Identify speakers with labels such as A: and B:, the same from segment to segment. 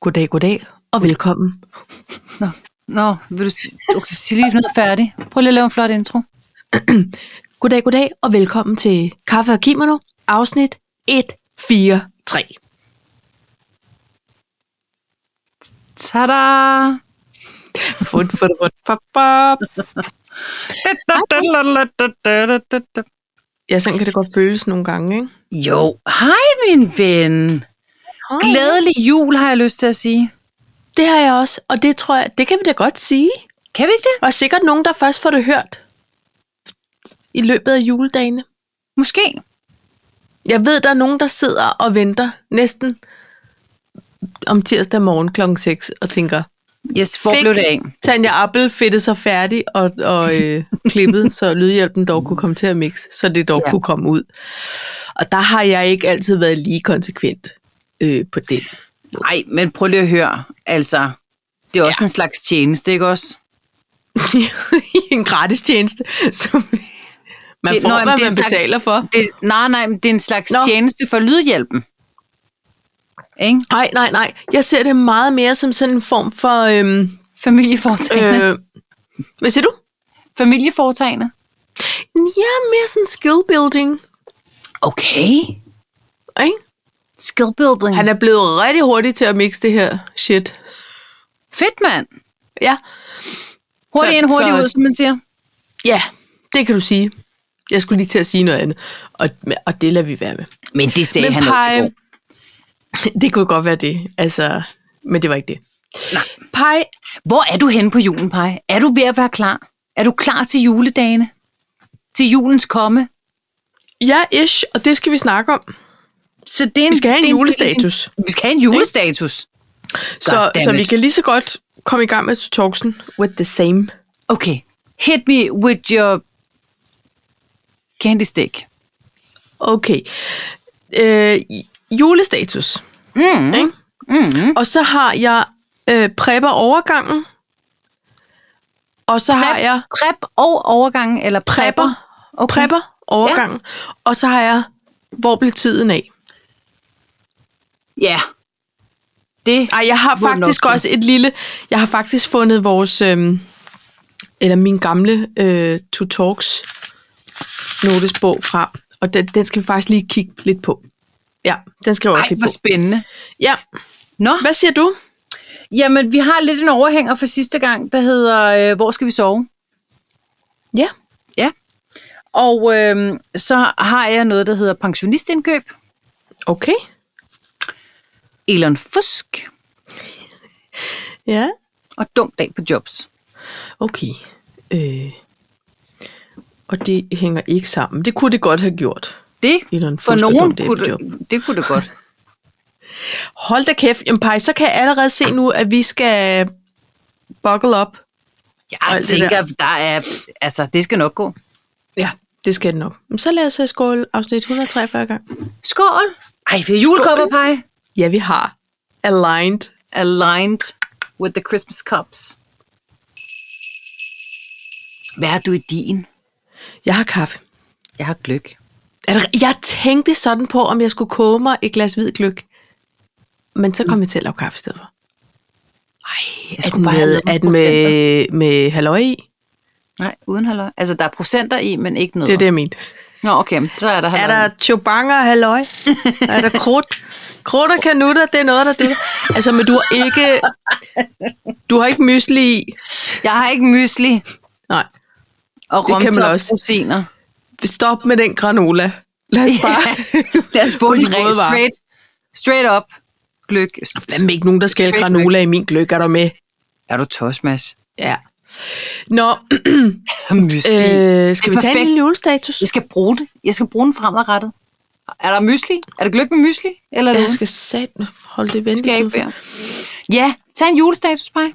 A: Goddag, goddag og velkommen.
B: Nå, vil du si- okay, sige lige noget færdigt? Prøv lige at lave en flot intro.
A: Goddag, goddag og velkommen til Kaffe og Kimono, afsnit 143.
B: Tada!
A: Fut, fut, fut, pop, pop. Ja, sådan kan det godt føles nogle gange, ikke?
B: Jo, hej min ven. Glædelig jul, har jeg lyst til at sige.
A: Det har jeg også, og det tror jeg, det kan vi da godt sige.
B: Kan vi ikke det?
A: Og sikkert nogen, der først får det hørt i løbet af juledagene.
B: Måske.
A: Jeg ved, der er nogen, der sidder og venter næsten om tirsdag morgen kl. 6 og tænker,
B: Yes, hvor
A: Fik.
B: blev det af?
A: Tanja Appel fedtede sig færdig og, og øh, klippede, så lydhjælpen dog kunne komme til at mixe, så det dog
B: Ja.
A: ja. kunne komme ud. Og der har jeg ikke altid været lige konsekvent øh, på det.
B: Nej, men prøv lige at høre. Altså, det er også ja. en slags tjeneste, ikke også?
A: en gratis tjeneste, som man det,
B: Det-
A: får,
B: nå,
A: nå,
B: jamen,
A: hvad
B: det er en
A: man
B: slags-
A: betaler for.
B: Det, nej, nej, men det er en slags Nå.
A: Nå.
B: tjeneste for lydhjælpen. Ikke?
A: Nej, nej, nej. Jeg ser det meget mere som sådan en form for... Øhm,
B: Familieforetagende. Øh.
A: øh, hvad siger du?
B: Familieforetagende.
A: Ja, mere sådan skill building.
B: Okay.
A: Ikke?
B: Skill building.
A: Han er blevet rigtig hurtig til at mixe det her shit.
B: Fedt, mand.
A: Ja,
B: Hurtigt
A: Så-
B: ind, hurtigt
A: så-
B: ud, som man siger.
A: ja det kan du sige. Jeg skulle lige til at sige noget andet, og, og det lader vi være med.
B: Men det sagde
A: Men
B: han
A: pege-
B: også i går.
A: Det kunne godt være det, altså, men det var ikke det.
B: Nej.
A: Pej,
B: Hvor er du henne på julen, Paj? Er du ved at være klar? Er du klar til juledagene? Til julens komme?
A: ja, ish, og det skal vi snakke om.
B: Så det er en,
A: Vi skal have en
B: det er
A: julestatus.
B: Vi skal have en julestatus.
A: Så, så vi
B: it.
A: kan lige så godt komme i gang med talksen with the same.
B: Okay. Hit me with your candy stick.
A: Okay. Øh, julestatus.
B: Mm.
A: Ikke?
B: Mm.
A: Og så har jeg øh, prepper overgangen. Og så har jeg
B: Prep og overgangen, eller prepper.
A: prepper, okay. prepper overgangen. Ja. Og så har jeg, hvor blev tiden af?
B: Ja. Det.
A: Ej, jeg har
B: Hvor er den
A: faktisk
B: opstået?
A: også et lille... Jeg har faktisk fundet vores... Øhm, eller min gamle øh, To Talks notesbog frem. Og den, den skal vi faktisk lige kigge lidt på. Ja, den skal jeg også
B: Ej,
A: kigge
B: hvor
A: på.
B: spændende.
A: Ja,
B: Nå.
A: hvad siger du?
B: Jamen, vi har lidt en overhænger fra sidste gang, der hedder, øh, hvor skal vi sove?
A: Ja.
B: Og øh, så har jeg noget, der hedder pensionistindkøb.
A: Okay.
B: Elon Fusk
A: Ja.
B: og dum dag på jobs.
A: Okay. Øh. Og det hænger ikke sammen. Det kunne det godt have gjort.
B: Det
A: Elon Fusk
B: for
A: og
B: nogen
A: dum dag
B: kunne
A: på
B: det, det kunne det godt.
A: Hold da kæft. Jamen, Paj, så kan jeg allerede se nu, at vi skal buckle up. Og
B: Jeg
A: alt det
B: tænker, der er, altså, det skal nok gå.
A: Ja, det skal det nok. Men så lad os øh, skåle afsnit 143 gang.
B: Skål! Ej, vi har julekopperpej.
A: Ja, vi har. Aligned.
B: Aligned with the Christmas cups. Hvad har du i din?
A: Jeg har kaffe.
B: Jeg har gløk.
A: Er det- Jeg tænkte sådan på, om jeg skulle koge mig et glas hvid gløk. Men så kom jeg til at lave kaffe i stedet for. Ej, er den
B: skulle bare have
A: med,
B: lavet
A: er
B: nogle
A: den med, med halløj i?
B: Nej, uden halløj. Altså, der er procenter i, men ikke noget.
A: Det er det, jeg mente.
B: Nå, okay, men så er der
A: Er
B: halløj.
A: der chobanger og halløj? Er der krudt? Krudt og kanutter, det er noget, der dutter. Altså, men du har ikke... Du har ikke mysli i.
B: Jeg har ikke mysli
A: Nej.
B: og
A: Det kan man
B: romtop
A: også.
B: rosiner.
A: Stop med den granola. Lad os bare...
B: Lad os få
A: På
B: den
A: de
B: rent
A: gode varer.
B: straight, straight up. Gløk.
A: Fandme ikke nogen, der skal have
B: Straight
A: granola i min gløk, er du med?
B: Er du tos, Mads?
A: Ja. Nå,
B: Der er mysli. Øh,
A: øh, skal vi tage
B: perfekt.
A: en lille julestatus?
B: jeg skal bruge det. Jeg skal bruge den fremadrettet. Er der mysli? Er det gløk med mysli? Eller
A: Jeg
B: noget?
A: skal sat... Hold det vendt.
B: skal jeg ikke være. Ja, tag en julestatus, Paj.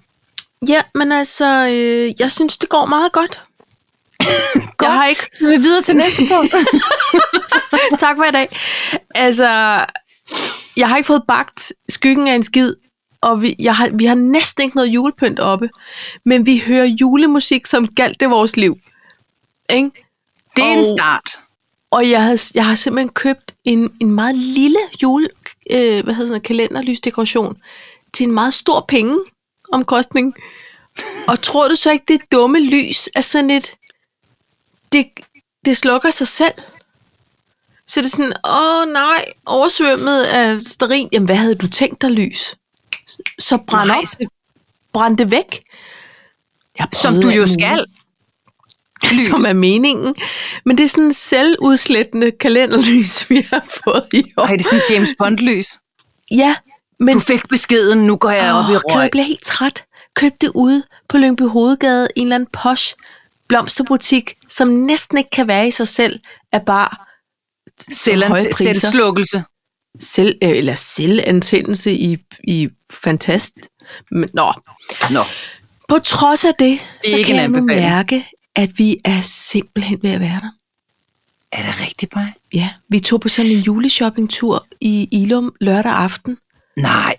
A: Ja, men altså, øh, jeg synes, det går meget godt. godt. Jeg har ikke...
B: Vi er videre til næste punkt.
A: tak for i dag. Altså, jeg har ikke fået bagt skyggen af en skid, og vi, jeg har, vi har næsten ikke noget julepynt oppe. Men vi hører julemusik, som galt det vores liv. Ikke?
B: Det er en
A: Og-
B: start.
A: Og jeg, havde, jeg har simpelthen købt en, en meget lille jule, øh, hvad hedder sådan, noget, kalenderlysdekoration til en meget stor penge omkostning. Og tror du så ikke, det dumme lys er sådan et... Det, det slukker sig selv. Så det er sådan, åh nej, oversvømmet af sterin. Jamen, hvad havde du tænkt dig lys? Så brænd
B: Nej,
A: op,
B: så-
A: brænd det væk. Jeg
B: som
A: prøvede
B: du jo
A: alt muligt.
B: skal.
A: lys. som er meningen. Men det er sådan en selvudslættende kalenderlys, vi har fået i år.
B: Ej, det er sådan James Bond-lys.
A: Ja, men
B: Du fik beskeden, nu går jeg
A: Åh,
B: op i
A: kan
B: røg.
A: jeg blive helt træt? Køb det ude på Lyngby Hovedgade, en eller anden posh blomsterbutik, som næsten ikke kan være i sig selv, er bare
B: Selv
A: høje
B: en
A: priser.
B: selvslukkelse.
A: selv, øh, eller selvantændelse i, i fantast. Men, nå,
B: Nå,
A: på trods af det,
B: er
A: så
B: ikke
A: kan
B: en
A: jeg nu
B: anbefaling.
A: mærke, at vi er simpelthen ved at være der.
B: er det rigtigt, Paj?
A: Ja, vi tog på sådan en juleshoppingtur i Ilum lørdag aften.
B: Nej.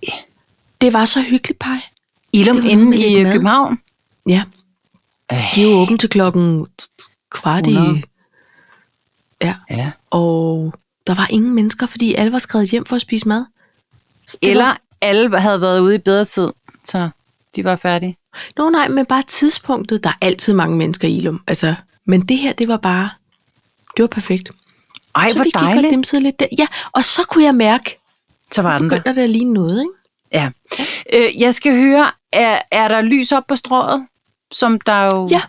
A: Det var så hyggeligt, Paj.
B: Ilum
A: Det var
B: inde
A: noget med Ah,
B: i
A: lidt
B: øh,
A: mad.
B: København.
A: Ja,
B: Øh,
A: de er jo åbne til klokken kvart i...
B: Hundrede.
A: Ja,
B: ja.
A: og der var ingen mennesker, fordi alle var skrevet hjem for at spise mad. Så det
B: Eller
A: Var,
B: alle havde været ude i bedre tid, så de var færdige.
A: Nå nej, men bare tidspunktet. Der er altid mange mennesker i Ilum. Altså, men det her, det var bare... Det var perfekt.
B: Ej,
A: så
B: hvor
A: vi gik og
B: dejligt. Mm.
A: dimsede lidt der. Ja, og så kunne jeg mærke,
B: Så var den der.
A: begynder det at ligne noget, ikke?
B: Ja. Øh, jeg skal høre, er, er der lys op på strået, som der jo
A: Ja.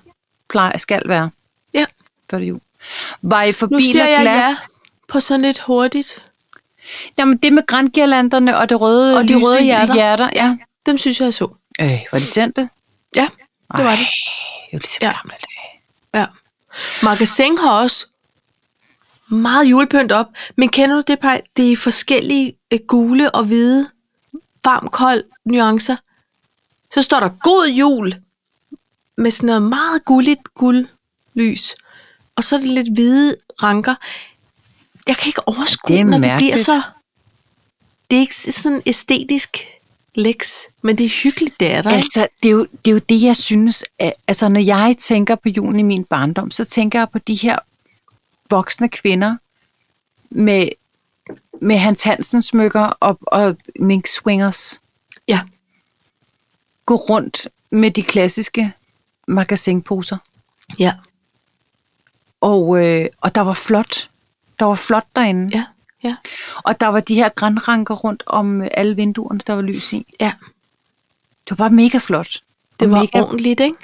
B: plejer, skal være
A: Ja.
B: før det jul? Var I forbi
A: Nu siger
B: med
A: jeg
B: glas?
A: ja på sådan lidt hurtigt.
B: Jamen, det med grangirlanderne og det røde
A: Og de
B: lyse
A: røde hjerter.
B: hjerter ja.
A: Dem synes jeg, jeg så.
B: Øh, var de tændte?
A: Ja, det var det.
B: Det er jo ligesom
A: Ja.
B: ja. gamle dage.
A: Ja. Magasin har også meget julepynt op. Men kender du det, Paj? Det er forskellige øh, gule og hvide, varm, kold nuancer. Så står der god jul med sådan noget meget gulligt guldlys. Og så er det lidt hvide ranker. Jeg kan ikke overskue,
B: Det er
A: det når det
B: mærkeligt.
A: bliver så... Det er ikke sådan æstetisk leks, men det er hyggeligt, det er der. ikke?
B: Altså, det er, jo, det er jo det, jeg synes. At, altså, når jeg tænker på julen i min barndom, så tænker jeg på de her voksne kvinder med, med Hans Hansen smykker og, og mink swingers.
A: Ja.
B: Gå rundt med de klassiske magasinposer.
A: Ja,
B: Og, øh, og der var flot. Der var flot derinde.
A: ja, ja,
B: Og der var de her grænranker rundt om øh, alle vinduerne, der var lys i.
A: ja.
B: Det var bare mega flot.
A: Det
B: Og
A: var
B: mega,
A: ordentligt, ikke?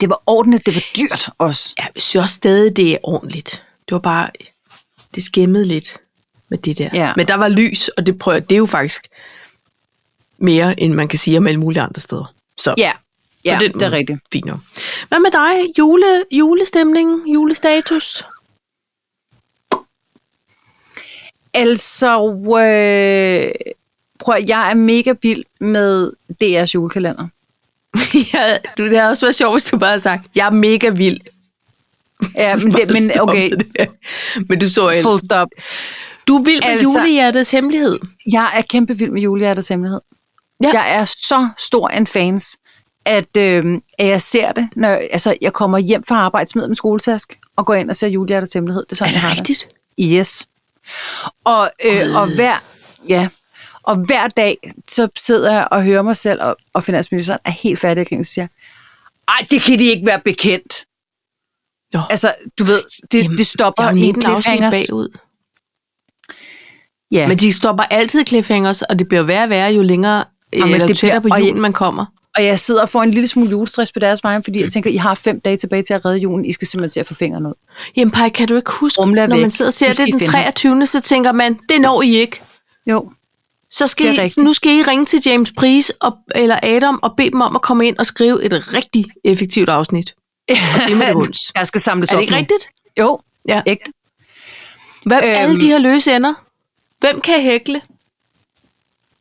B: det var ordentligt, det var dyrt også.
A: Ja, jeg synes også stadig, det er ordentligt. Det var bare, det skæmmede lidt med det der.
B: Ja.
A: Men der var lys, og det, prøver, det er jo faktisk mere, end man kan sige om alle mulige andre steder. Så
B: Ja, ja
A: på
B: det, det er
A: måde
B: rigtigt.
A: Fint nok. Hvad med dig? Jule, julestemning, julestatus?
B: Altså, øh, prøv at, jeg er mega vild med DR's julekalender.
A: ja, du, det havde også været sjovt, hvis du bare havde sagt, jeg er mega vild.
B: Ja,
A: Så
B: men,
A: bare
B: det, men
A: stoppede
B: okay,
A: det. Men du så ikke.
B: full stop.
A: Du er vild med altså,
B: Altså-
A: julehjertets hemmelighed.
B: Jeg er kæmpe vild med julehjertets hemmelighed.
A: Ja.
B: Ja. Jeg er så stor en fans, at, øh, at jeg ser det, når jeg, altså, jeg kommer hjem fra arbejde, smider min skoletask og går ind og ser julehjertets hemmelighed. Det er, sådan,
A: Er det
B: jeg har
A: rigtigt?
B: Yes. Og, øh, og hver, ja, og hver dag, så sidder jeg og hører mig selv, og, og finansministeren er helt færdig, og siger, ej, det kan de ikke være bekendt.
A: Nå,
B: Altså, du ved, det,
A: Jamen,
B: Jamen, det
A: der
B: stopper
A: er jo
B: i en
A: 19 afsnit
B: cliffhanger.
A: bagud.
B: Ja,
A: Men de stopper altid cliffhangers, og det bliver værre og værre, jo længere ja,
B: men
A: eller det
B: det
A: tættere
B: bliver-
A: på
B: og
A: julen man kommer.
B: og jeg sidder og får en lille smule julestress på deres vejen, fordi jeg tænker, I har fem dage tilbage til at redde julen. I skal simpelthen se at få fingrene ud.
A: Jamen, Paj, kan du ikke huske,
B: Rumle er
A: når man
B: væk.
A: sidder og ser
B: Nu skal
A: det
B: I
A: den
B: finde
A: 23., så tænker man, det når I ikke.
B: Jo.
A: Så skal
B: Det er
A: I,
B: rigtigt.
A: nu skal I ringe til James Price og, eller Adam og bede dem om at komme ind og skrive et rigtig effektivt afsnit. Og det med det hunds.
B: Jeg skal samles
A: Er det
B: op
A: ikke
B: nu.
A: rigtigt?
B: Jo,
A: Ja.
B: ægte.
A: Hvem, øhm,
B: Øhm.
A: alle de her løse ender. Hvem kan hækle?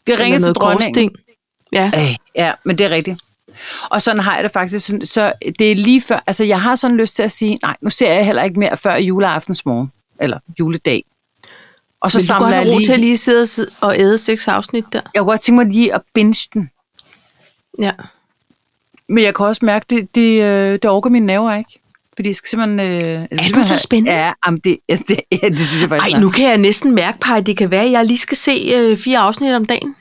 B: Vi ringer til dronningen.
A: Ja.
B: Ej, Øh, ja, men det er rigtigt. Og sådan har jeg det faktisk. Så- Så det er lige før, altså jeg har sådan lyst til at sige, nej, nu ser jeg heller ikke mere før juleaftens morgen, eller juledag. Og så
A: Så Vil du godt
B: samler jeg
A: have ro
B: lige,
A: til at lige sidde og sid- og æde seks afsnit der?
B: jeg kunne godt tænke mig lige at binge den.
A: Ja.
B: Men jeg kan også mærke, det, det, øh, det orker mine nerver ikke. Fordi jeg skal simpelthen... Øh, jeg skal simpelthen
A: så
B: have-
A: spændende?
B: Ja, jamen det, ja, det, ja, det synes jeg faktisk.
A: Ej,
B: den er.
A: nu kan jeg næsten mærke, Paj, det kan være, at jeg lige skal se øh, fire afsnit om dagen.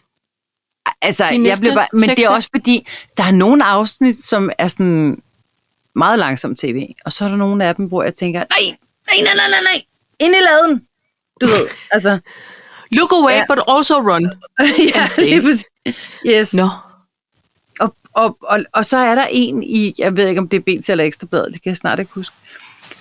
B: altså,
A: De
B: jeg
A: næste
B: blev bare, men det er
A: seks
B: også fordi, der er nogle afsnit, som er sådan meget langsom tv, og så er der nogle af dem, hvor jeg tænker, nej, nej, nej, nej, nej, nej, ind i laden. Du ved, altså.
A: Look away,
B: Ja.
A: but also run.
B: ja, lige præcis. Yes.
A: Nå.
B: Og, og, og, og så er der en i, jeg ved ikke om det er BT eller Ekstrabladet, det kan jeg snart ikke huske,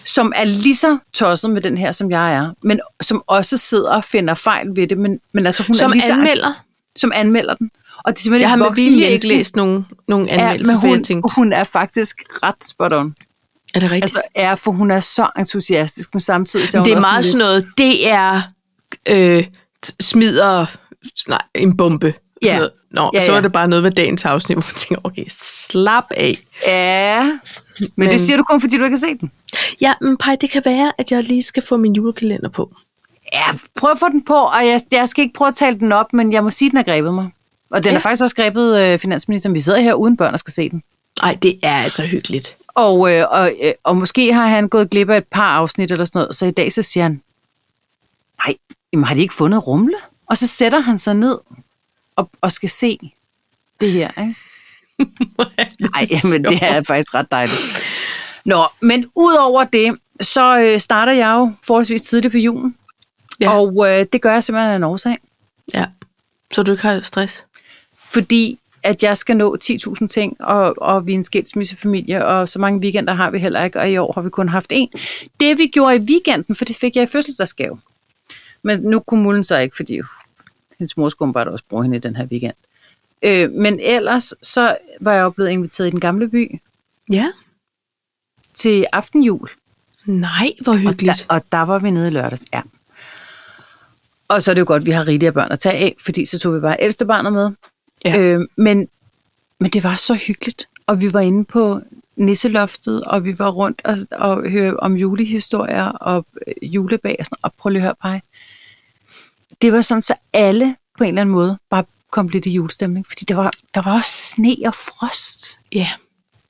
B: som er lige så tosset med den her, som jeg er, men som også sidder og finder fejl ved det, men, men altså hun
A: Som
B: er lige så,
A: anmelder.
B: som anmelder den. Og det er simpelthen
A: Jeg
B: et
A: har med
B: voksent
A: vilje
B: menneske.
A: ikke læst nogen, nogen anmeldelser,
B: ja,
A: for jeg
B: men hun,
A: tænkte,
B: hun er faktisk ret spot on.
A: er det rigtigt?
B: Altså er, for hun er så entusiastisk, men samtidig så hun
A: det er
B: også
A: meget
B: lidt-
A: sådan noget, det er øh, t- smider nej, en bombe.
B: Ja.
A: Sådan noget. Nå,
B: Ja,
A: ja, så
B: ja.
A: er det bare noget ved dagens afsnit, hvor man tænker, okay, slap af.
B: Ja, men, men,
A: Men-
B: det siger du kun, fordi du ikke har set den.
A: Ja, men Paj, det kan være, at jeg lige skal få min julekalender på.
B: Ja, prøv at få den på, og jeg, jeg skal ikke prøve at tale den op, men jeg må sige, at den har grebet mig. Og den ja.
A: Ja.
B: er faktisk også grebet øh, finansministeren. Vi sidder her uden børn og skal se den.
A: Nej, det er altså hyggeligt.
B: Og, øh, og, øh, og måske har han gået glip af et par afsnit eller sådan noget, så i dag så siger han, nej, jamen, har de ikke fundet rumle? Og så sætter han sig ned og, og skal se det her, ikke? Nej, men det er faktisk ret dejligt. Nå, men udover det, så øh, starter jeg jo forholdsvis tidligt på julen. Ja.
A: Ja.
B: Og øh, det gør jeg simpelthen af en årsag.
A: Ja, så du ikke har stress.
B: fordi at jeg skal nå 10.000 ting, og, og vi er en skilsmissefamilie, og så mange weekender har vi heller ikke, og i år har vi kun haft en. Det vi gjorde i weekenden, for det fik jeg i fødselsdagsgave. Men nu kunne mulden så ikke, fordi uh, hendes mor skulle bare også bruge hende i den her weekend. Øh, men ellers så var jeg jo blevet inviteret i den gamle by
A: Ja.
B: til aftenjul.
A: Nej, hvor
B: Og der,
A: hyggeligt.
B: og der var vi nede i lørdags, ja. Og så er det jo godt, at vi har rigelige børn at tage af, fordi så tog vi bare ældste barnet med.
A: Ja.
B: Øh, men, men det var så hyggeligt, og vi var inde på nisseloftet, og vi var rundt og, og hørte om julehistorier og øh, julebag og sådan noget. Og prøv lige at høre, Paj. Det var sådan, så alle på en eller anden måde bare kom lidt i julestemning, fordi der var, der var også sne og frost,
A: Ja,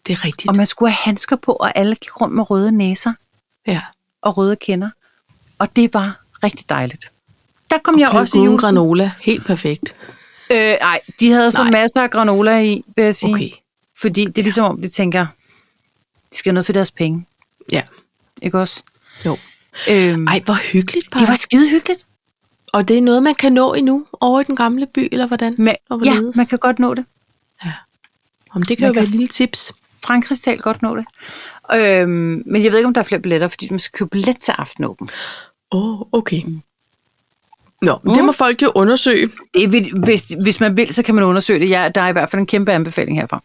A: det er rigtigt.
B: og man skulle have handsker på, og alle gik rundt med røde næser
A: Ja.
B: og røde kender. Og det var rigtig dejligt. Der kom jeg også i
A: Kalkun
B: julen.
A: granola, helt perfekt.
B: Øh, nej, de havde så
A: Nej.
B: masser af granola i, vil jeg sige.
A: Okay,
B: Fordi det er ligesom om, de tænker, de skal have noget for deres penge.
A: ja.
B: Ikke også?
A: Jo.
B: Øhm, Ej,
A: Ej, hvor hyggeligt, Paj.
B: det var skide hyggeligt.
A: Og det er noget, man kan nå endnu over i den gamle by, eller hvordan?
B: Men,
A: Og
B: ja,
A: hvorledes?
B: man kan godt nå det.
A: Om det kan jo
B: man kan
A: være et
B: f-
A: lille tips.
B: Frankrigs tal godt nå det. Øhm, men jeg ved ikke, om der er flere billetter, fordi man skal købe billet til aftenåben.
A: Åh, oh, okay.
B: Mm.
A: Nå, men det må folk jo undersøge.
B: Det vil, hvis, hvis man vil, så kan man undersøge det. Ja, der er i hvert fald en kæmpe anbefaling herfra.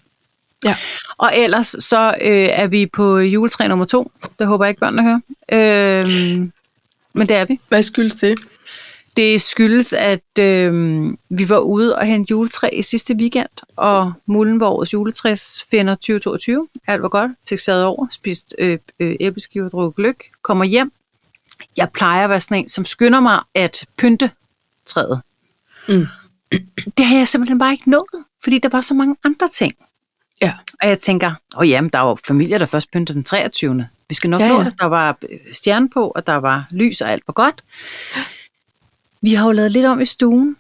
A: Ja.
B: Og ellers så øh, er vi på juletræ nummer to. Det håber jeg ikke, børnene hører. Øhm, men det er vi.
A: Hvad skyldes det?
B: Det skyldes, at øh, vi var ude og hente juletræ i sidste weekend, og mulden var årets juletræsfinder 2022. Alt var godt, fik sad over, spist øh, øh, æbleskiver, drukket gløk, kommer hjem. Jeg plejer at være sådan en, som skynder mig at pynte træet.
A: Mm.
B: Det har jeg simpelthen bare ikke nået, fordi der var så mange andre ting.
A: Ja.
B: Og jeg tænker, åh jamen, der var familier, der først pyntede den 23. Vi skal nok ja,
A: Ja,
B: nå
A: ja.
B: det. Der var øh, stjerne på, og der var lys, og alt var godt. Vi har jo lavet lidt om i stuen,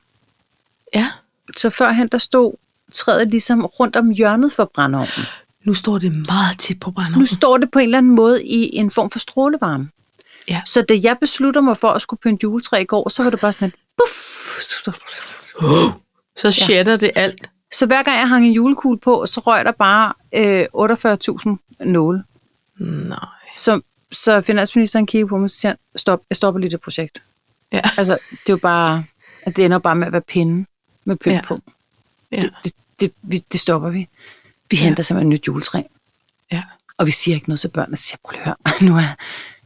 A: Ja,
B: så førhen der stod træet ligesom rundt om hjørnet for brændeovnen.
A: nu står det meget tæt på
B: Nu
A: brændovnen.
B: står det på en eller anden måde i en form for strålevarme.
A: Ja.
B: Så da jeg beslutter mig for at skulle pynte juletræ i går, så var det bare sådan et puff.
A: Så shatter det alt.
B: Så hver gang jeg hang en julekugle på, så røg der bare øh, 48.000 nåle.
A: Nej.
B: Så, så finansministeren kiggede på mig og siger, han, stop, jeg stopper lige det projekt.
A: Ja.
B: Altså, det er jo bare, at det ender bare med at være pinde med pynt ja.
A: Ja.
B: på.
A: Ja.
B: Det, det, det, vi, det stopper vi. Vi ja. henter simpelthen et nyt juletræ,
A: ja.
B: og vi siger ikke noget til børnene. Så siger, jeg, prøv lige at høre, nu er,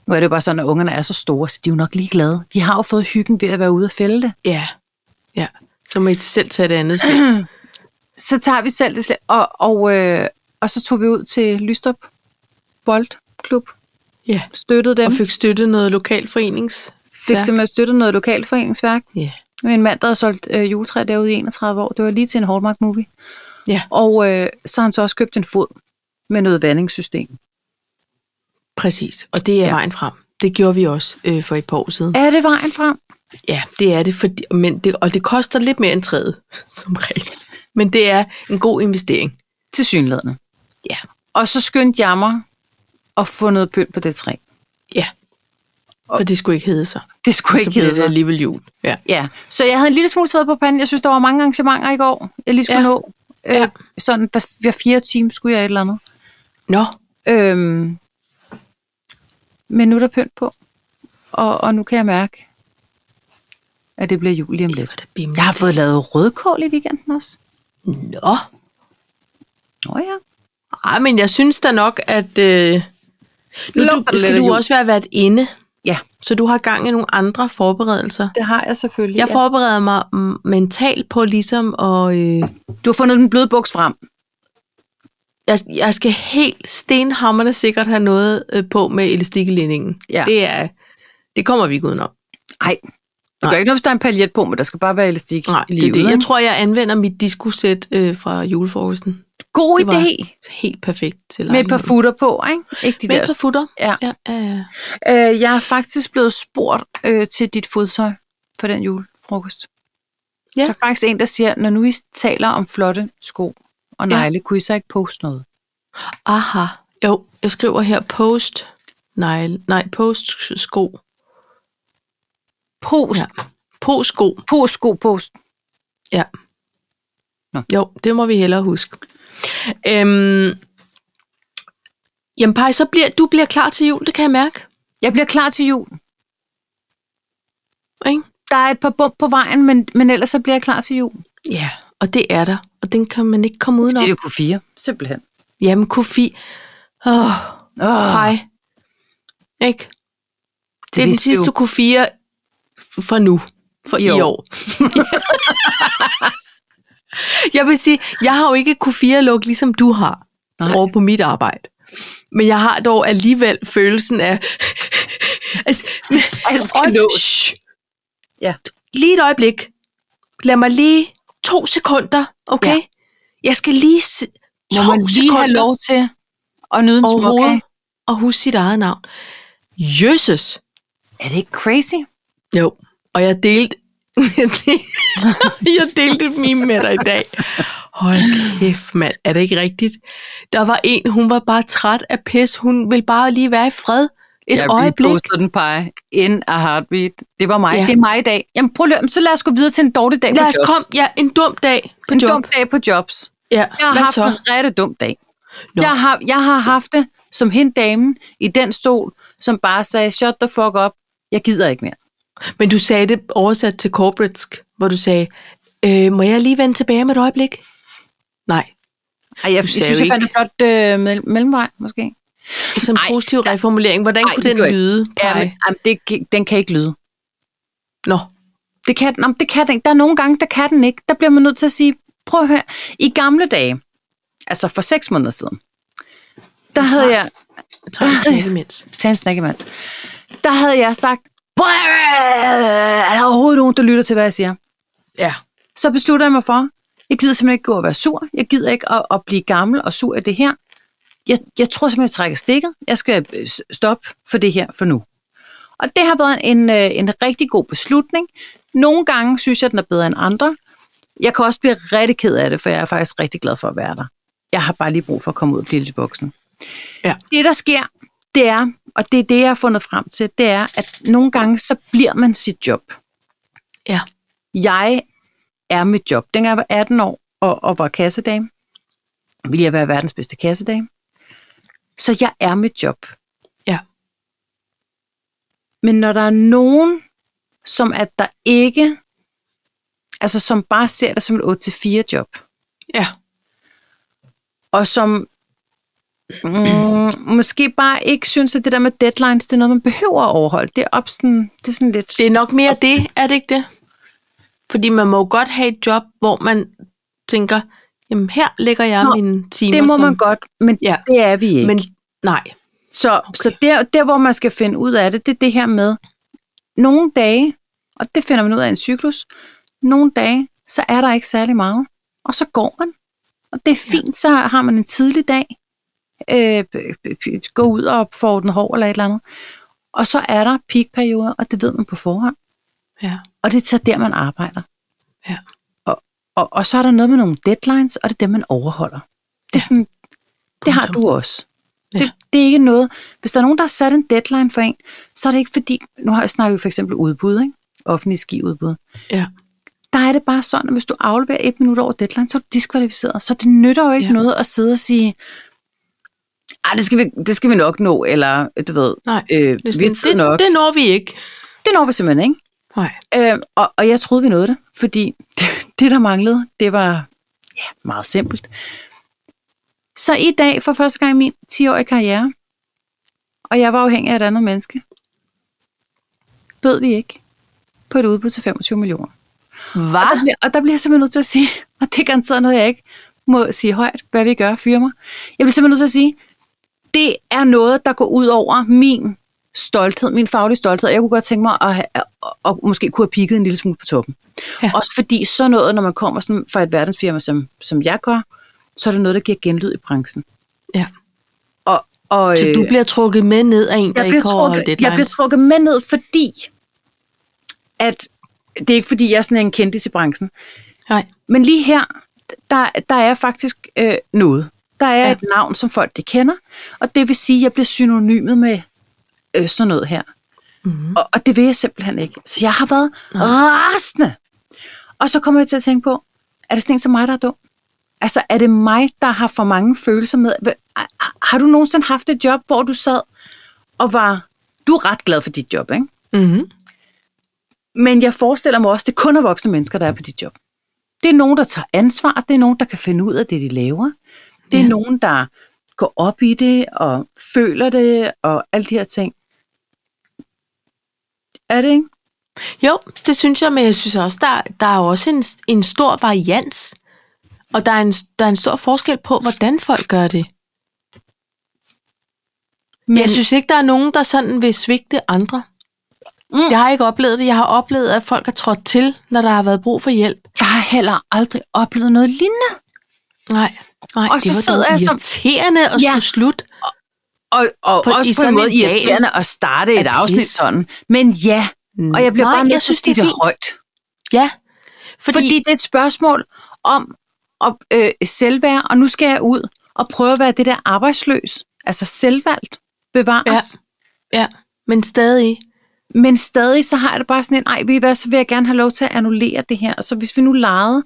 B: nu er det jo bare sådan, at ungerne er så store, så de er jo nok ligeglade. De har jo fået hyggen ved at være ude og fælde det.
A: Ja. Ja. Så må I selv tage det andet. sted.
B: Så tager vi selv det slet, og, og, øh, og så tog vi ud til Lystrup Boldklub,
A: ja.
B: støttede dem,
A: Og
B: fik,
A: fik støttet noget lokalforenings.
B: fik simpelthen støttet noget lokalforeningsværk.
A: Ja.
B: med en mand, der havde solgt øh, juletræ derude i 31 år. Det var lige til en Hallmark-movie.
A: Ja.
B: Og øh, så har han så også købt en fod med noget vandingssystem.
A: Præcis. Og det er
B: Ja.
A: ja. vejen frem. Det gjorde vi også øh, for et par år siden.
B: Er det vejen frem?
A: Ja, det er det, fordi, men det, og det koster lidt mere end træet, som regel. men det er en god investering.
B: til synlædende.
A: Ja.
B: Og så skyndte jeg mig at få noget pynt på det træ.
A: Ja. For det skulle ikke hedde sig.
B: Det skulle
A: så
B: ikke
A: bliver
B: hedde
A: det
B: sig.
A: alligevel jul. Ja.
B: Ja, så jeg havde en lille smule sved på panden. Jeg synes, der var mange arrangementer i går, jeg lige skulle
A: Ja.
B: ja. nå. Øh,
A: Ja.
B: Sådan hver, hver fire timer skulle jeg et eller andet.
A: Nå,
B: Øhm, men nu er der pynt på, og, og nu kan jeg mærke, at det bliver jul lige om
A: det
B: lidt.
A: var da bimlet.
B: Jeg har fået lavet rødkål i weekenden også.
A: Nå.
B: Nå ja.
A: Ej, men jeg synes da nok, at... Øh, nu
B: Lugter
A: du,
B: det lidt
A: skal
B: af
A: du
B: jul?
A: også være været inde,
B: Ja,
A: så du har gang i nogle andre forberedelser.
B: det har jeg selvfølgelig.
A: Jeg forbereder mig mm, mentalt på ligesom at... Øh,
B: Du har fundet den bløde buks frem.
A: jeg, jeg skal helt stenhammerne sikkert have noget øh, på med elastik i linningen.
B: Ja.
A: Det, er, det kommer vi ikke udenom.
B: Ej, du
A: Nej.
B: gør ikke noget, hvis der er en paljet på, men der skal bare være elastik
A: Nej,
B: i
A: det er
B: livet.
A: det. Jeg
B: ikke?
A: tror, jeg anvender mit diskosæt øh, fra julefrokosten.
B: God
A: det var-
B: idé
A: Helt perfekt til
B: med et par futter på, ikke? Ikke de
A: Med
B: der.
A: et par futter.
B: Ja.
A: Ja, ja, ja.
B: Øh, jeg er faktisk blevet spurgt øh, til dit fodtøj for den julefrokost.
A: Ja.
B: Der er faktisk en, der siger, når nu I taler om flotte sko og
A: Ja.
B: negle, ja. kunne I så ikke poste noget?
A: Aha. Jo, jeg skriver her post. Nej, nej post sko.
B: Post,
A: Ja.
B: ja.
A: Post sko.
B: post, sko, post.
A: Ja.
B: Nå.
A: Jo, det må vi hellere huske. Øhm, jamen, Paj, så bliver, du bliver klar til jul, det kan jeg mærke.
B: Jeg bliver klar til jul.
A: Ikke?
B: Der er et par bump på vejen, men, men ellers så bliver jeg klar til jul.
A: Ja, og det er der. Og den kan man ikke komme udenom.
B: Det er Q4, simpelthen.
A: Jamen, Kofi. Åh, oh,
B: Oh,
A: Paj. Ikke? Det, det er den
B: vidste
A: sidste
B: du.
A: Q4 f- for nu. For i
B: I
A: år. I år. jeg vil sige, jeg har jo ikke Q4-luk, ligesom du har Nej.
B: Nej.
A: over på mit arbejde. Men jeg har dog alligevel følelsen af... altså,
B: Alt skal
A: Øj,
B: nås.
A: shh.
B: Ja.
A: Lige et øjeblik. Lad mig lige to sekunder, okay? Ja.
B: Ja.
A: Jeg skal lige... Se, to
B: Må man lige
A: sekunder
B: have lov til at nyde en smuk
A: overhovedet
B: af?
A: og huske sit eget navn. Jøsses!
B: Er det ikke crazy?
A: Jo, og jeg delte, jeg delte et meme med dig i dag. Hold kæft, mand. Er det ikke rigtigt? Der var en, hun var bare træt af pis. Hun ville bare lige være i fred et
B: jeg
A: øjeblik.
B: repostede den pege. In a heartbeat. Det var mig.
A: Ja.
B: Ja. Det er mig i dag. Jamen prøv lige, så lad os gå videre til en dårlig dag
A: Lad
B: på
A: os
B: jobs.
A: komme. Ja, en dum dag på
B: en
A: job.
B: dum dag på jobs.
A: Ja,
B: Jeg har
A: hvad
B: haft
A: så?
B: en rigtig dum dag.
A: Nå.
B: Jeg har, jeg har haft det som hende damen i den stol, som bare sagde, shut the fuck up. Jeg gider ikke mere.
A: Men du sagde det oversat til corporatsk, hvor du sagde, øh, må jeg lige vende tilbage med et øjeblik? Nej,
B: Ej, jeg, jeg
A: sagde
B: synes,
A: jo
B: jeg fandt en flot øh, mell- mellemvej, måske.
A: så en
B: Ej,
A: positiv reformulering. Hvordan
B: nej,
A: kunne
B: det
A: den
B: gjorde jeg
A: lyde?
B: Ja, men,
A: Paj?
B: jamen, det, kan- den kan ikke lyde.
A: Nå,
B: Det kan, den- jamen, det kan den ikke. Der er nogle gange, der kan den ikke. Der bliver man nødt til at sige, prøv at høre. I gamle dage, altså for seks måneder siden, der havde jeg,
A: jeg tager en snak imens.
B: Tag en snak imens. Der havde jeg sagt, "Brrr, er der overhovedet nogen, der lytter til, hvad jeg siger?
A: Ja.
B: Så beslutter jeg mig for, jeg gider simpelthen ikke gå og være sur. Jeg gider ikke at, at blive gammel og sur af det her. Jeg, jeg tror simpelthen, jeg trækker stikket. Jeg skal øh, s- stoppe for det her for nu. Og det har været en, øh, en rigtig god beslutning. Nogle gange synes jeg, den er bedre end andre. Jeg kan også blive rigtig ked af det, for jeg er faktisk rigtig glad for at være der. Jeg har bare lige brug for at komme ud og blive lidt voksen.
A: Ja.
B: Det, der sker, det er, og det er det, jeg har fundet frem til, det er, at nogle gange, så bliver man sit job.
A: Ja.
B: Jeg er mit job. Dengang jeg var 18 år og, og var kassedame, ville jeg være verdens bedste kassedame. Så jeg er mit job.
A: Ja.
B: Men når der er nogen, som at der ikke, altså som bare ser det som et 8-4 job,
A: Ja.
B: og som mm, måske bare ikke synes, at det der med deadlines, det er noget, man behøver at overholde. Det er, op sådan, det er sådan lidt...
A: Det er nok mere det, er det ikke det? Fordi man må jo godt have et job, hvor man tænker, jamen her lægger jeg Nå,
B: Nå,
A: mine timer.
B: det må
A: som,
B: man godt, men
A: Ja.
B: ja. det er vi ikke.
A: Men nej,
B: Så, okay. så der, der, hvor man skal finde ud af det, det er det her med, nogle dage, og det finder man ud af i en cyklus, nogle dage, så er der ikke særlig meget, og så går man. Og det er fint, så har man en tidlig dag, øh, b- b- b- gå ud og få ordnet hår eller et eller andet. Og så er der peakperioder, og det ved man på forhånd.
A: ja,
B: Og det er så der, man arbejder.
A: Ja.
B: Og, Og, og så er der noget med nogle deadlines, og det er dem, man overholder. Det, er sådan, det har du også.
A: Ja.
B: Ja. Det, det er ikke noget. Hvis der er nogen, der har sat en deadline for en, så er det ikke fordi, nu har jeg snakket for eksempel udbud, ikke? offentlige skiudbud.
A: Ja.
B: Der er det bare sådan, at hvis du afleverer et minut over deadline, så er du diskvalificeret. Så det nytter jo ikke
A: Ja.
B: ja. noget at sidde og sige, ej, det skal, vi, det skal vi nok nå, eller du ved,
A: Nej,
B: øh,
A: Det, er
B: vi er tid
A: sådan,
B: nok.
A: det, det når vi ikke.
B: det når vi simpelthen ikke.
A: Nej.
B: Øh, og, og jeg troede, vi nåede det, fordi det, det der manglede, det var ja, meget simpelt. Så i dag, for første gang i min 10-årige karriere, og jeg var afhængig af et andet menneske, bød vi ikke på et udbud til 25 millioner.
A: Hvad?
B: Og der, bliver, og der bliver jeg simpelthen nødt til at sige, og det er garanteret noget, jeg ikke må sige højt, hvad vi gør, fyre mig. Jeg bliver simpelthen nødt til at sige, det er noget, der går ud over min stolthed, min faglige stolthed. Jeg kunne godt tænke mig at, have, at, at måske kunne have pigget en lille smule på toppen.
A: Ja.
B: Ja. Også fordi sådan noget, når man kommer sådan fra et verdensfirma, som, som jeg gør, så er det noget, der giver genlyd i branchen.
A: Ja.
B: Og, og,
A: Så du
B: øh,
A: bliver trukket med ned af en, der
B: jeg bliver,
A: ikke har overholdt
B: trukket, jeg bliver trukket med ned, fordi at det er ikke fordi, jeg er sådan en kendis i branchen.
A: Nej.
B: Men lige her, der, der er faktisk øh, noget. Der er
A: Ja.
B: ja. et navn, som folk de kender, og det vil sige, at jeg bliver synonymet med øh, sådan noget her.
A: Mhm.
B: Mm-hmm. Og, og det vil jeg simpelthen ikke. Så jeg har været rasende. Og så kommer jeg til at tænke på, er det sådan en som mig, der er dum? Altså, er det mig, der har for mange følelser med? Hva- Har du nogensinde haft et job, hvor du sad og var... Du er ret glad for dit job, ikke?
A: Mm-hmm.
B: Men jeg forestiller mig også, at det kun er voksne mennesker, der er på dit job. Det er nogen, der tager ansvar. Det er nogen, der kan finde ud af det, de laver. Det er
A: Ja.
B: ja. nogen, der går op i det og føler det og alle de her ting. Er det ikke?
A: Jo, det synes jeg, men jeg synes også, der, der er jo også en, en stor varians. Og der er, en, der er en stor forskel på, hvordan folk gør det. Men jeg synes ikke, der er nogen, der sådan vil svigte andre. Mm.
B: Mm.
A: Jeg har ikke oplevet det. Jeg har oplevet, at folk har trådt til, når der har været brug for hjælp.
B: jeg har heller aldrig oplevet noget lignende.
A: Nej, nej
B: Og
A: det
B: så
A: var
B: sidder
A: dog
B: jeg som-
A: irriterende at
B: Ja.
A: skulle slutte.
B: Og, og
A: På-
B: på,
A: i
B: også på
A: sådan en
B: en måde
A: dag.
B: irriterende at starte et
A: At
B: afsnit
A: pisse.
B: sådan. Men ja, og jeg bliver
A: Nej,
B: bare nødt
A: jeg
B: til at
A: synes,
B: sige
A: det er
B: det
A: fint.
B: højt.
A: Ja,
B: Fordi, fordi det er et spørgsmål om at øh, selvværd, og nu skal jeg ud og prøve at være det der arbejdsløs, altså selvvalgt, bevares.
A: Ja, men stadig.
B: Ja. Men stadig så har jeg det bare sådan en, ej, ved I hvad, så vil jeg gerne have lov til at annullere det her. Så hvis vi nu legede,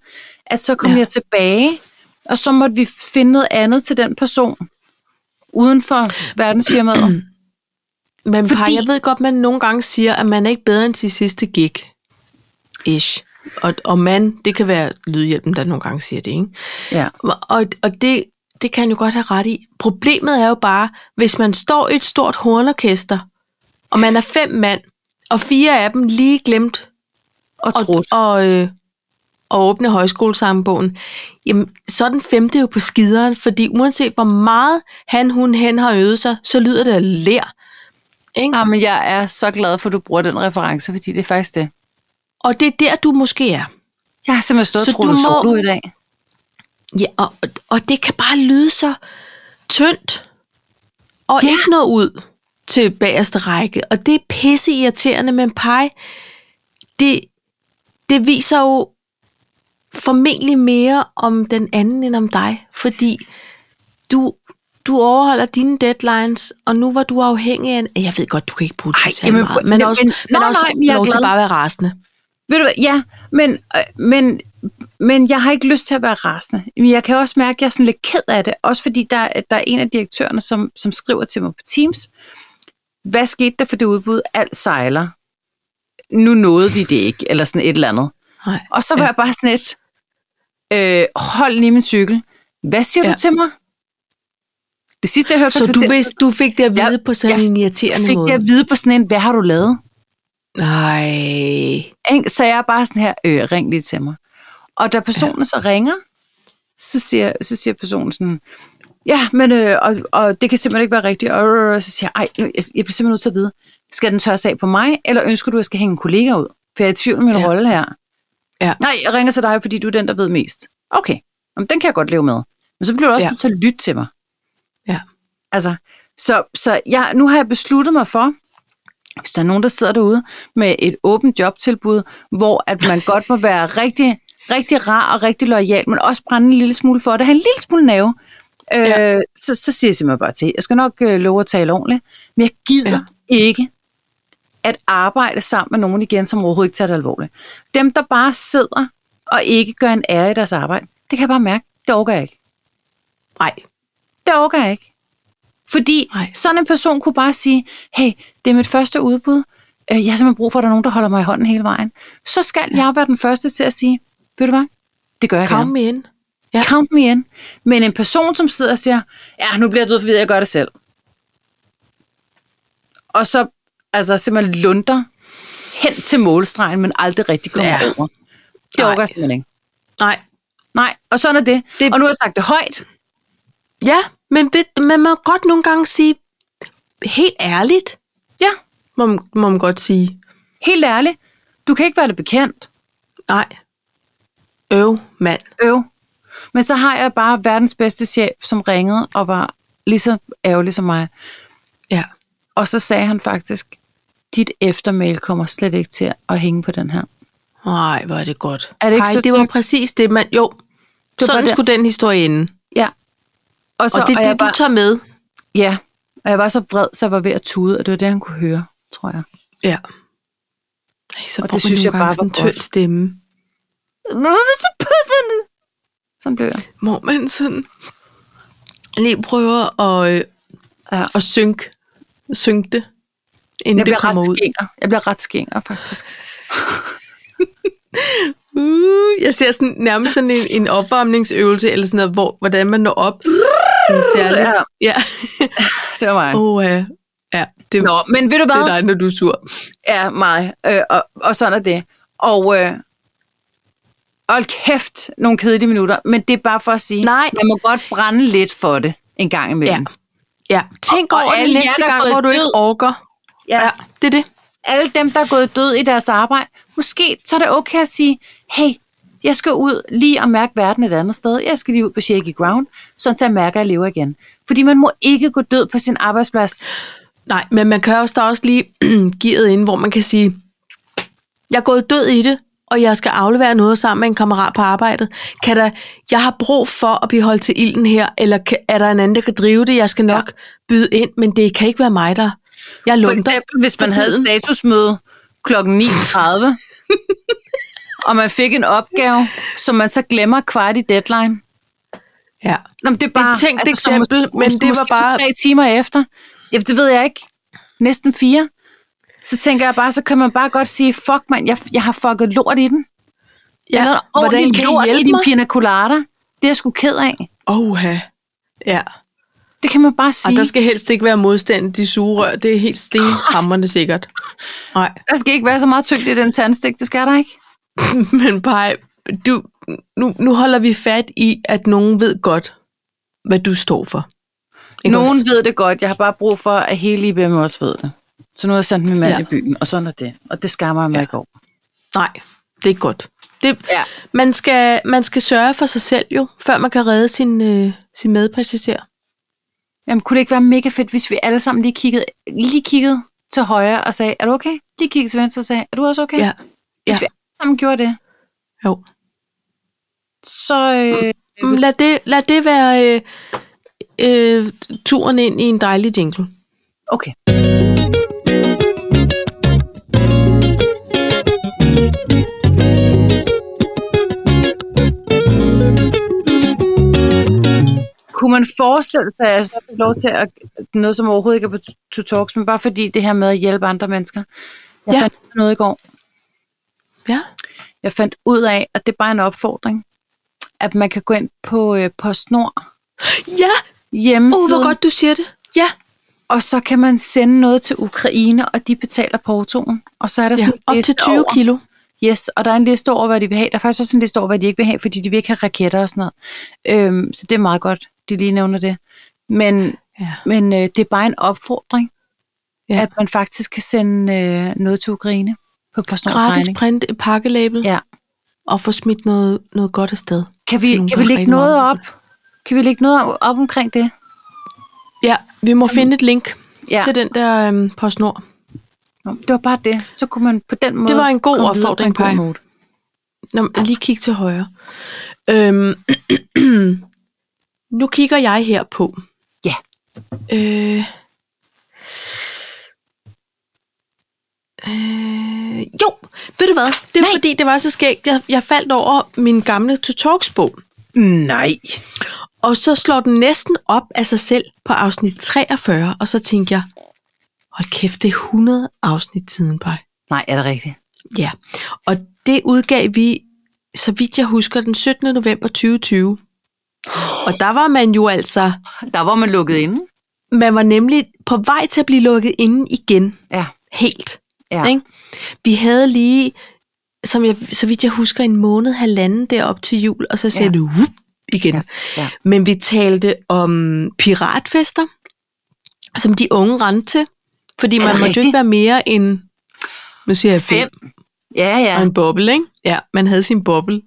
B: at så kom
A: Ja.
B: ja. jeg tilbage, og så måtte vi finde noget andet til den person, uden for verdensfirmaet.
A: Men Fordi...
B: Fordi-
A: par, jeg ved godt, man nogle gange siger, at man er ikke bedre end sin sidste gig. Ish. Og, og man, det kan være lydhjælpen, der nogle gange siger det, ikke?
B: ja.
A: Og, og det, det kan han jo godt have ret i. Problemet er jo bare, hvis man står i et stort hornorkester, og man er fem mand, og fire af dem lige glemt
B: Og
A: og,
B: tro.
A: og, øh, at åbne højskolesangbogen, jamen, så er den femte jo på skideren, fordi uanset hvor meget han, hun, hen har øvet sig, så lyder det af lær. Ikke?
B: Jamen, jeg er så glad for, at du bruger den reference, fordi det er faktisk det.
A: Og det er der, du måske er.
B: Jeg har simpelthen stået
A: Så
B: og troet
A: du må-
B: solo i dag.
A: Ja, og, og det kan bare lyde så tyndt, og ja.
B: Ja.
A: ikke nå ud til bagerste række. Og det er pisse irriterende, men pej, det, det viser jo formentlig mere om den anden end om dig, fordi du, du overholder dine deadlines, og nu var du afhængig af en... Jeg ved godt, du kan ikke bruge det
B: Ej,
A: til særlig
B: jamen,
A: meget, men, men
B: men-
A: også,
B: men-
A: men, men
B: nej,
A: også
B: nej, men jeg er
A: lov til
B: glad.
A: bare at være rasende.
B: Ved du hvad, ja, men, øh, men, men jeg har ikke lyst til at være rasende. Men jeg kan også mærke, at jeg er sådan lidt ked af det, også fordi der, der er en af direktørerne, som, som skriver til mig på Teams, hvad skete der for det udbud? Alt sejler. Nu nåede vi det ikke, eller sådan et eller andet.
A: Nej.
B: Og så var
A: Ja.
B: ja. jeg bare sådan lidt, øh, hold lige min cykel. Hvad siger ja.
A: Ja.
B: du til mig? Det sidste, jeg hørte fra
A: Så du,
B: kvarteret,
A: vidste, du fik det at
B: Jeg-
A: vide på sådan
B: jeg
A: en irriterende
B: fik
A: måde?
B: jeg at vide på sådan en, hvad har du lavet?
A: Nej.
B: Ikke? Så jeg er bare sådan her, øh, ring lige til mig. Og da personen ja. så ringer, så siger, så siger personen sådan, ja, men øh, og, og det kan simpelthen ikke være rigtigt. Og, og, og så siger jeg, ej, nu, jeg, jeg bliver simpelthen nødt til at vide, skal den tørres af på mig, eller ønsker du, at jeg skal hænge en kollega ud? For jeg er i tvivl om min
A: Ja.
B: ja. rolle her.
A: Ja.
B: Nej, jeg ringer til dig, fordi du er den, der ved mest. Okay, Jamen, den kan jeg godt leve med. Men så bliver du også
A: Ja.
B: ja. nødt til at lytte til mig.
A: Ja.
B: Altså, så, så jeg, nu har jeg besluttet mig for, hvis der er nogen, der sidder derude med et åbent jobtilbud, hvor at man godt må være rigtig rigtig rar og rigtig lojal, men også brænde en lille smule for det. Han er en lille smule nerve. Øh,
A: Ja.
B: ja. så, så siger jeg simpelthen bare til, jeg skal nok øh, love at tale ordentligt, men jeg gider ja. ikke at arbejde sammen med nogen igen, som overhovedet ikke tager det alvorligt. Dem, der bare sidder og ikke gør en ære i deres arbejde, det kan jeg bare mærke, det orker jeg ikke
A: Nej.
B: det orker jeg ikke. Fordi
A: Nej.
B: Ej. sådan en person kunne bare sige, hey, det er mit første udbud, Øh, jeg har simpelthen brug for, at der er nogen, der holder mig i hånden hele vejen. Så skal jeg være den første til at sige, ved du hvad, det gør jeg
A: Kom
B: gerne.
A: med ind.
B: Ja. Count me in. Men en person, som sidder og siger, ja, nu bliver du forvirret, jeg gør det selv. Og så altså, simpelthen lunder hen til målstregen, men aldrig rigtig kommer
A: Ja.
B: ja. over. Det
A: Nej.
B: orker jeg simpelthen ikke.
A: Nej.
B: Nej, og sådan er det.
A: Det-
B: det. Og nu har jeg sagt det højt.
A: Ja, men ved- man må godt nogle gange sige, helt ærligt,
B: Ja,
A: må, man- må man godt sige,
B: helt ærligt. Du kan ikke være det bekendt.
A: nej, øv, mand.
B: Øv. Men så har jeg bare verdens bedste chef, som ringede og var lige så ærgerlig som mig.
A: Ja.
B: Og så sagde han faktisk, dit eftermail kommer slet ikke til at hænge på den her.
A: Nej, hvor er det godt.
B: Er det ikke
A: Ej,
B: så
A: det var
B: smukt?
A: præcis det, man... Jo,
B: var
A: sådan
B: det.
A: skulle den historie ende.
B: Ja. Og, så,
A: Og det er
B: og jeg
A: det, du
B: var,
A: tager med.
B: Ja, og jeg var så vred, så jeg var ved at tude, og det var det, han kunne høre, tror jeg.
A: Ja. Ej, så
B: Og
A: får det synes jeg bare sådan en
B: var
A: tynd
B: godt.
A: stemme.
B: Sådan blev jeg.
A: Hvor man sådan lige prøver at, øh,
B: Ja.
A: at synke, synke det, inden
B: Jeg
A: det
B: bliver,
A: kommer
B: ret
A: ud.
B: skænger. jeg bliver ret skænger, faktisk.
A: Uh, jeg ser sådan, nærmest sådan en, en opvarmningsøvelse, eller sådan noget, hvor, hvordan man når op. En særlig.
B: Ja.
A: Ja.
B: Det var mig.
A: Oh, uh, ja, det,
B: Nå, men ved du
A: det
B: hvad?
A: er dig, når du er sur.
B: Ja, mig. Øh, og, og sådan er det. Og øh, hold kæft, nogle kedelige minutter, men det er bare for at sige,
A: Nej.
B: man må godt brænde lidt for det en gang imellem.
A: Ja. Tænk
B: Og-
A: og,
B: og
A: over det
B: alle jer,
A: næste
B: der er
A: gang,
B: gået
A: hvor du ikke
B: død.
A: orker.
B: Ja.
A: ja, det er det.
B: Alle dem, der er gået død i deres arbejde, måske så er det okay at sige, hey, jeg skal ud lige og mærke verden et andet sted. Jeg skal lige ud på shaky ground, sådan så jeg mærker, at jeg lever igen. Fordi man må ikke gå død på sin arbejdsplads.
A: Nej, men man kan også, der er også lige gearet ind, hvor man kan sige, jeg er gået død i det, og jeg skal aflevere noget sammen med en kammerat på arbejdet. Kan der, jeg har brug for at blive holdt til ilden her, eller kan, er der en anden, der kan drive det? Jeg skal nok ja. byde ind, men det kan ikke være mig, der... Jeg
B: For
A: lunder.
B: eksempel, hvis
A: for
B: man havde
A: tiden.
B: statusmøde kl. 9.30, og man fik en opgave, som man så glemmer kvart i deadline.
A: Ja.
B: Nå, men det er bare... altså,
A: et tænkt
B: som
A: eksempel,
B: måske-
A: men det var
B: måske
A: bare-
B: tre timer efter. Jamen, det ved jeg ikke. Næsten fire. Så tænker jeg bare, så kan man bare godt sige, fuck mand, jeg, jeg har fucket lort i den. Jeg
A: ja.
B: lavede ordentlig lort i din pina colada. Det er jeg sgu ked af.
A: Oha. Ja,
B: Det kan man bare sige.
A: og der skal helst ikke være modstand, de sugerør. Det er helt stenhamrende sikkert. Nej.
B: der skal ikke være så meget tyngde i den tandstik, det skal der ikke.
A: Men bare, du, nu, nu holder vi fat i, at nogen ved godt, hvad du står for. Ikke
B: Nogen
A: også?
B: ved det godt. Jeg har bare brug for, at hele IBM også ved det. Så nu har jeg sendt min mand
A: Ja.
B: ja. i byen, og sådan er det. Og det skammer jeg mig
A: Ja.
B: ja. ikke over.
A: Nej, det er ikke godt. Det,
B: Ja.
A: man, skal, man skal sørge for sig selv jo, før man kan redde sin, øh, sin medpassager.
B: Jamen, kunne det ikke være mega fedt, hvis vi alle sammen lige kiggede, lige kiggede til højre og sagde, er du okay? Lige kiggede til venstre og sagde, er du også okay?
A: Ja.
B: Hvis
A: ja.
B: vi alle sammen gjorde det,
A: Jo.
B: så... Øh,
A: Mm, Lad, det, lad det være øh, øh, turen ind i en dejlig jingle.
B: okay. Kunne man forestille sig, at jeg så fik lov til at noget, som overhovedet ikke er på to talks, men bare fordi det her med at hjælpe andre mennesker. Jeg
A: Ja.
B: ja. fandt noget i går.
A: Ja.
B: jeg fandt ud af, at det er bare en opfordring, at man kan gå ind på øh, PostNord
A: Ja, uh,
B: hjemmeside,
A: hvor godt du siger det. Ja,
B: og så kan man sende noget til Ukraine, og de betaler portoen. Og så er der
A: ja.
B: sådan en
A: op
B: liste
A: til 20
B: over,
A: kilo.
B: Yes, og der er en liste over, hvad de vil have. Der er faktisk også en liste over, hvad de ikke vil have, fordi de vil ikke have raketter og sådan noget. Øhm, så det er meget godt, de lige nævner det. Men,
A: Ja.
B: men øh, det er bare en opfordring,
A: Ja.
B: ja. at man faktisk kan sende øh, noget til Ukraine på PostNords
A: Gratis
B: regning.
A: print et pakkelabel
B: Ja.
A: og få smidt noget, noget godt afsted.
B: Kan
A: til
B: vi,
A: nogen,
B: kan
A: der
B: vi
A: har
B: lægge
A: rigtig meget
B: noget
A: brug
B: op? Kan vi lægge noget op omkring det?
A: Ja, vi må finde et link ja.
B: Ja.
A: til den der øhm, postnord.
B: Nå, Det var bare det. Så kunne man på den måde...
A: Det var en god
B: komme videre på
A: opfordring,
B: en god
A: Paj.
B: måde.
A: Nå, men lige kig til højre. Øhm, nu kigger jeg her på.
B: Ja.
A: Øh, øh, jo, ved du hvad? Det er
B: Nej.
A: fordi, det var så skægt. Jeg, jeg faldt over min gamle To Talks bog.
B: Nej.
A: Og så slår den næsten op af sig selv på afsnit 43, og så tænker jeg, hold kæft, det er 100 afsnit siden, Paj.
B: Nej, er det rigtigt?
A: Ja, og det udgav vi, så vidt jeg husker, den 17. november 2020. Og der var man jo altså,
B: Der var man lukket inde.
A: man var nemlig på vej til at blive lukket inde igen,
B: Ja.
A: helt.
B: Ja.
A: Ikke? Vi havde lige, som jeg, så vidt jeg husker, en måned, halvanden derop til jul, og så sagde ja.
B: Ja.
A: det whoop, igen.
B: Ja, ja.
A: Men vi talte om piratfester, som de unge rendte til, fordi
B: det
A: man måtte jo
B: rigtigt?
A: ikke være mere end, nu siger jeg fem,
B: Ja, ja.
A: Og en boble, ikke? Ja, man havde sin boble.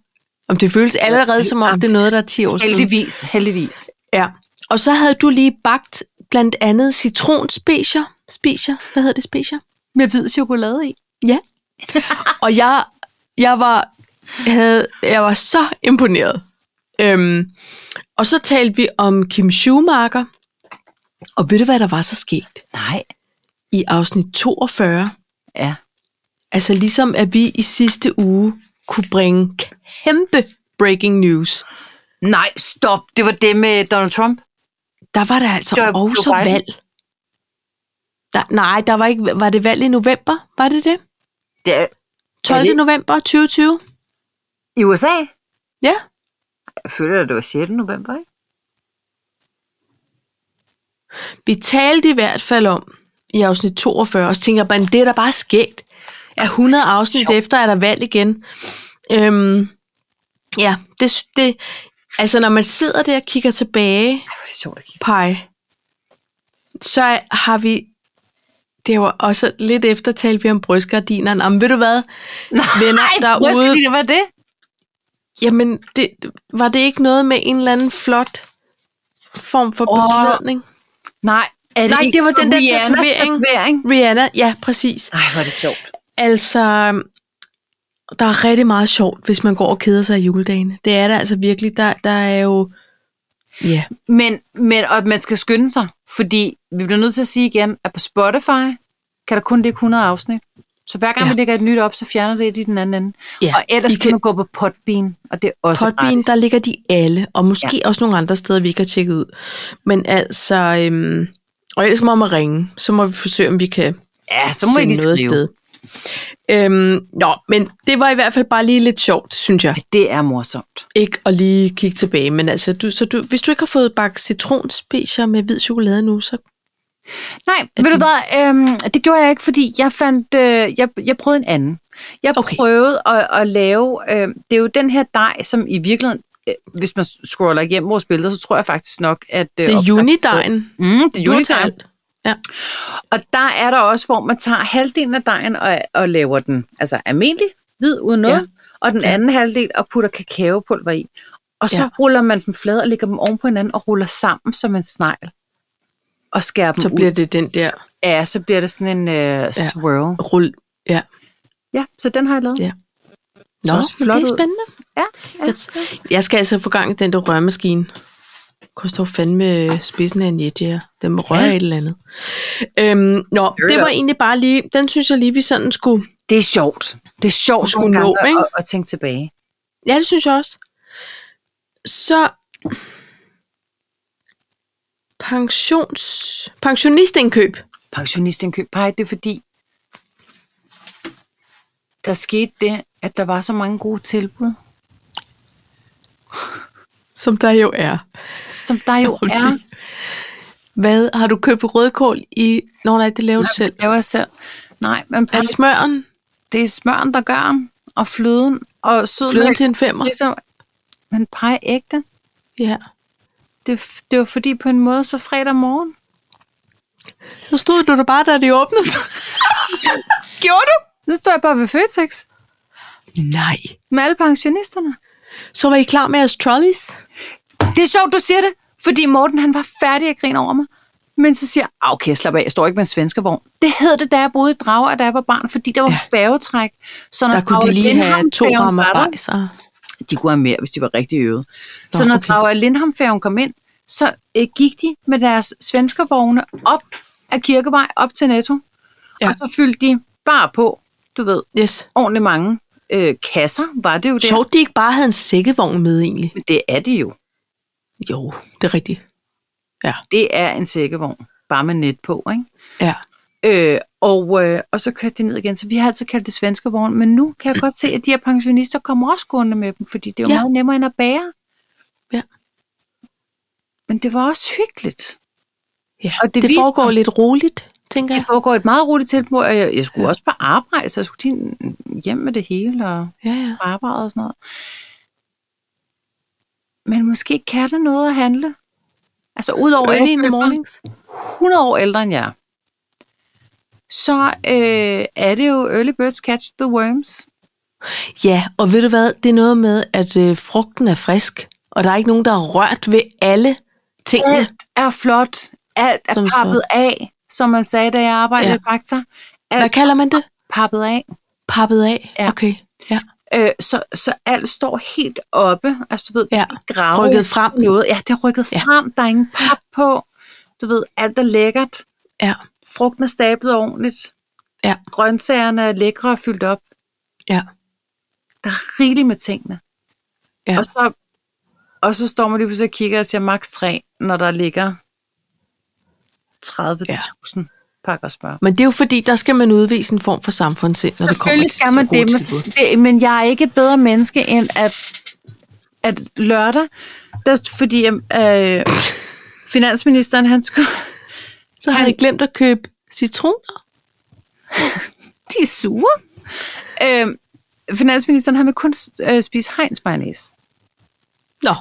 A: Om det føles allerede som om, det er noget, der er 10 år siden.
B: Heldigvis, heldigvis.
A: Ja. Og så havde du lige bagt blandt andet citronspecier. Specier? Hvad hedder det, specier?
B: Med hvid chokolade i.
A: Ja. Og jeg, jeg, var, havde, jeg var så imponeret. Øhm, og så talte vi om Kim Schumacher. Og ved du, hvad der var så sket?
B: Nej.
A: I afsnit 42,
B: Ja.
A: Altså ligesom at vi i sidste uge kunne bringe kæmpe breaking news,
B: Nej, stop. Det var det med Donald Trump.
A: der var der altså
B: Joe- Joe
A: også
B: Biden.
A: valg. Der, nej, der var ikke, var det valg i november? Var det det?
B: Det er
A: 12.
B: Er det-
A: november 2020?
B: I USA?
A: Ja.
B: Jeg føler, at det var 6. november, ikke?
A: Vi talte i hvert fald om i afsnit 42, og så tænker jeg, "Men det er da bare skægt. At 100 afsnit
B: Sjovt.
A: efter er der valg igen. Øhm, ja, det, sy- det, altså når man sidder der og kigger tilbage,
B: Ej, hvor er det sjovt at kigge.
A: pege, så har vi, det var også lidt efter, talte vi om brystgardinerne. Om ved du hvad, venner
B: Måske
A: derude,
B: det var det.
A: jamen det, var det ikke noget med en eller anden flot form for
B: Åh,
A: beklædning?
B: Nej. Er
A: Nej, det var den der
B: Rihannas
A: tatovering.
B: tatovering?
A: Rihanna, ja præcis.
B: Ej, hvor er det sjovt.
A: Altså, der er rigtig meget sjovt, hvis man går og keder sig i juledagene. Det er der altså virkelig. Der, der er jo... Ja.
B: Men, men og man skal skynde sig, fordi vi bliver nødt til at sige igen, at på Spotify kan der kun ligge 100 afsnit. Så hver gang ja.
A: Ja.
B: vi lægger et nyt op, så fjerner det i den anden ende.
A: Ja,
B: Og ellers
A: I
B: kan
A: kan-
B: man gå på Podbean, og det er også
A: Podbean,
B: gratis.
A: der ligger de alle, og måske ja. også nogle andre steder, vi ikke har tjekket ud. Men altså, øhm, og ellers må man ringe, så må vi forsøge, om vi kan
B: Ja, så må I
A: sende
B: lige
A: noget
B: skrive.
A: afsted. Øhm, nå, men det var i hvert fald bare lige lidt sjovt, synes jeg.
B: Det er morsomt.
A: Ikke at lige kigge tilbage, men altså, du, så du, hvis du ikke har fået bagt citronspecier med hvid chokolade nu, så
B: Nej, ved du hvad, øhm, det gjorde jeg ikke, fordi jeg fandt, øh, jeg, jeg prøvede en anden. Jeg okay.
A: Okay.
B: prøvede at, at lave, øh, det er jo den her dej, som i virkeligheden, øh, hvis man scroller igennem vores billeder, så tror jeg faktisk nok, at... Øh,
A: det
B: op-
A: er unidejen.
B: Mm, det er
A: Du har
B: junidejen.
A: talt. Ja.
B: Og der er der også, hvor man tager halvdelen af dejen og, og laver den altså almindelig, hvid uden noget, ja.
A: Ja.
B: og den
A: Ja.
B: anden halvdel og putter kakaopulver i. Og så ja.
A: Ja.
B: ruller man dem flade og lægger dem oven på hinanden og ruller sammen som en snegl. Og skærer dem
A: Så bliver
B: ud.
A: det den der
B: Ja, så bliver det sådan en øh, swirl.
A: rulle. Ja.
B: Ja, så den har jeg lavet.
A: Ja.
B: Så
A: Nå,
B: også
A: men
B: flot
A: det er
B: ud.
A: spændende.
B: Ja, ja.
A: Jeg skal altså få gang i den der rørmaskine. Koster jo fandme spidsen af en jet, ja. Den må røre
B: Ja.
A: et eller andet. Øhm, nå,
B: Straight
A: det var
B: up.
A: egentlig bare lige, den synes jeg lige, vi sådan skulle...
B: Det er sjovt. Det er sjovt
A: Skulle
B: nogle
A: nå,
B: gange
A: ikke?
B: at, at tænke tilbage.
A: Ja, det synes jeg også. Så... Pensions... Pensionistindkøb.
B: pensionistindkøb. Nej, det er fordi, der skete det, at der var så mange gode tilbud,
A: Som der jo er.
B: som der jo
A: Om
B: er.
A: ti- Hvad? Har du købt rødkål i... Nå nej, det laver du selv.
B: Laver jeg selv. Nej, men
A: Er det smøren?
B: det er smøren, der gør den, og fløden, og sødmælk.
A: Fløden til en femmer.
B: Ligesom, men pege ægte.
A: Ja.
B: Det, f- det var fordi på en måde, så fredag morgen.
A: Så stod du der bare, da de åbnede. Gjorde du?
B: Nu står jeg bare ved Føtex
A: Nej.
B: med alle pensionisterne.
A: Så var I klar med jeres trolleys?
B: Det er sjovt, du siger det, fordi Morten han var færdig at grine over mig. Men så siger jeg, "Ah, okay, slap af, jeg står ikke med en svenskervogn. Det hed det, da jeg boede i Drage, og da jeg var barn, fordi der var
A: Ja.
B: ja. spærgetræk. Så når
A: Der kunne de
B: Drage
A: lige have to
B: Lindholm-færgen
A: rammer
B: var der-
A: bajser.
B: de kunne have mere, hvis de var rigtig
A: Nå,
B: øvede. så
A: okay.
B: når okay. Drage af Lindhamfærgen kom ind, så øh, gik de med deres svenskervogne op af Kirkevej, op til Netto,
A: Ja.
B: ja. og så fyldte de bare på, du ved,
A: Yes.
B: ordentligt mange øh, kasser, var det jo der.
A: Sjovt, de ikke bare havde en sækkevogn med egentlig.
B: Men det er de jo.
A: Jo, det er rigtigt.
B: Det er en sækkevogn, bare med net på, ikke?
A: Ja.
B: Øh, og, øh, og så kørte de ned igen. Så vi har altid kaldt det svenske vogn, men nu kan jeg godt se, at de her pensionister kommer også gående med dem, fordi det er jo
A: Ja.
B: ja. meget nemmere end at bære.
A: Ja.
B: Men det var også hyggeligt.
A: ja. Og
B: Og
A: det,
B: det
A: det
B: viste-
A: foregår lidt roligt, tænker
B: Det
A: jeg.
B: foregår i et meget roligt tempo, og jeg, jeg skulle også på arbejde, så jeg skulle lige hjem med det hele og
A: Ja, ja.
B: på arbejde og sådan noget. Men måske kan det noget at handle. Altså udover at
A: Early
B: jeg
A: in the
B: føler mig
A: mornings.
B: 100 år ældre end jeg er, så øh, er det jo early birds catch the worms.
A: Ja, og ved du hvad? Det er noget med, at øh, frugten er frisk, og der er ikke nogen, der har rørt ved alle tingene.
B: Alt er flot. Alt er
A: Som
B: som pappet af, som man sagde, da jeg arbejdede
A: Ja.
B: ja. i Fakta.
A: Hvad
B: Alt er
A: kalder man det?
B: pappet af.
A: Pappet af?
B: Ja.
A: Okay. Ja.
B: Øh, så, så alt står helt oppe. Altså, du ved, du
A: Ja.
B: ja. skal grave
A: Rykket frem.
B: noget. Ja, det er rykket
A: Ja.
B: ja. frem. Der er ingen pap på. Du ved, alt er lækkert.
A: Ja.
B: Frugten er stablet ordentligt.
A: Ja.
B: Grøntsagerne er lækre og fyldt op.
A: Ja.
B: Der er rigeligt med tingene.
A: Ja.
B: Og, så, og så står man lige pludselig og kigger og siger maks 3, når der ligger 30.000 ja. pakker smør.
A: Men det er jo fordi, der skal man udvise en form for samfundssind, når det kommer
B: Selvfølgelig
A: til
B: skal man
A: gode
B: det, men,
A: tilbud.
B: det, men jeg er ikke et bedre menneske end at, at lørdag, der, fordi øh, finansministeren, han skulle,
A: Så har jeg glemt at købe citroner.
B: de er sure. Øh, finansministeren, han vil kun øh, spise Heinz mayonnaise.
A: Nå,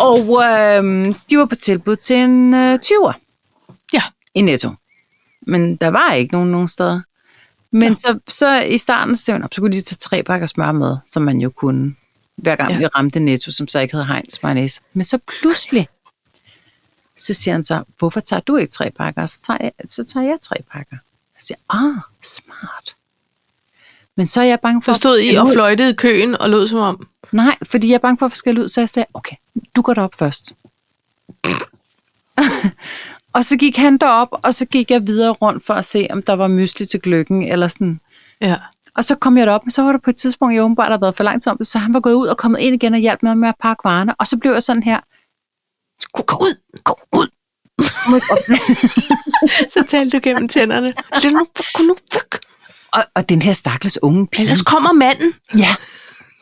B: Og øh, de var på tilbud til en øh, 20'er.
A: ja.
B: i Netto. Men der var ikke nogen nogen steder. Men så, så i starten, så, tænkte jeg, "Nå, så kunne de tage tre pakker smør med, som man jo kunne, hver gang
A: Ja.
B: ja. vi ramte Netto, som så ikke havde Heinz mayonnaise. Men så pludselig, så siger han så, hvorfor tager du ikke tre pakker? Og Så tager jeg, så tager jeg tre pakker. Jeg siger, ah, smart. Men så er jeg bange for...
A: Så stod I
B: skælde
A: og
B: ud.
A: fløjtede i køen og lød som om,
B: Nej, fordi jeg er bange for at få skæld ud, så jeg sagde, okay, du går derop først. og så gik han derop, og så gik jeg videre rundt for at se, om der var mysli til gløggen eller sådan.
A: ja,
B: Og så kom jeg derop, men så var der på et tidspunkt, jeg åbenbart havde været for langt om det, så han var gået ud og kommet ind igen og hjalp mig med at pakke varerne. Og så blev jeg sådan her, gå gå ud, gå ud. Kom ikke op.
A: så talte du gennem tænderne. Det er nu, gå nu, væk.
B: og, og den her stakkels unge pige.
A: Ellers kommer manden.
B: Ja.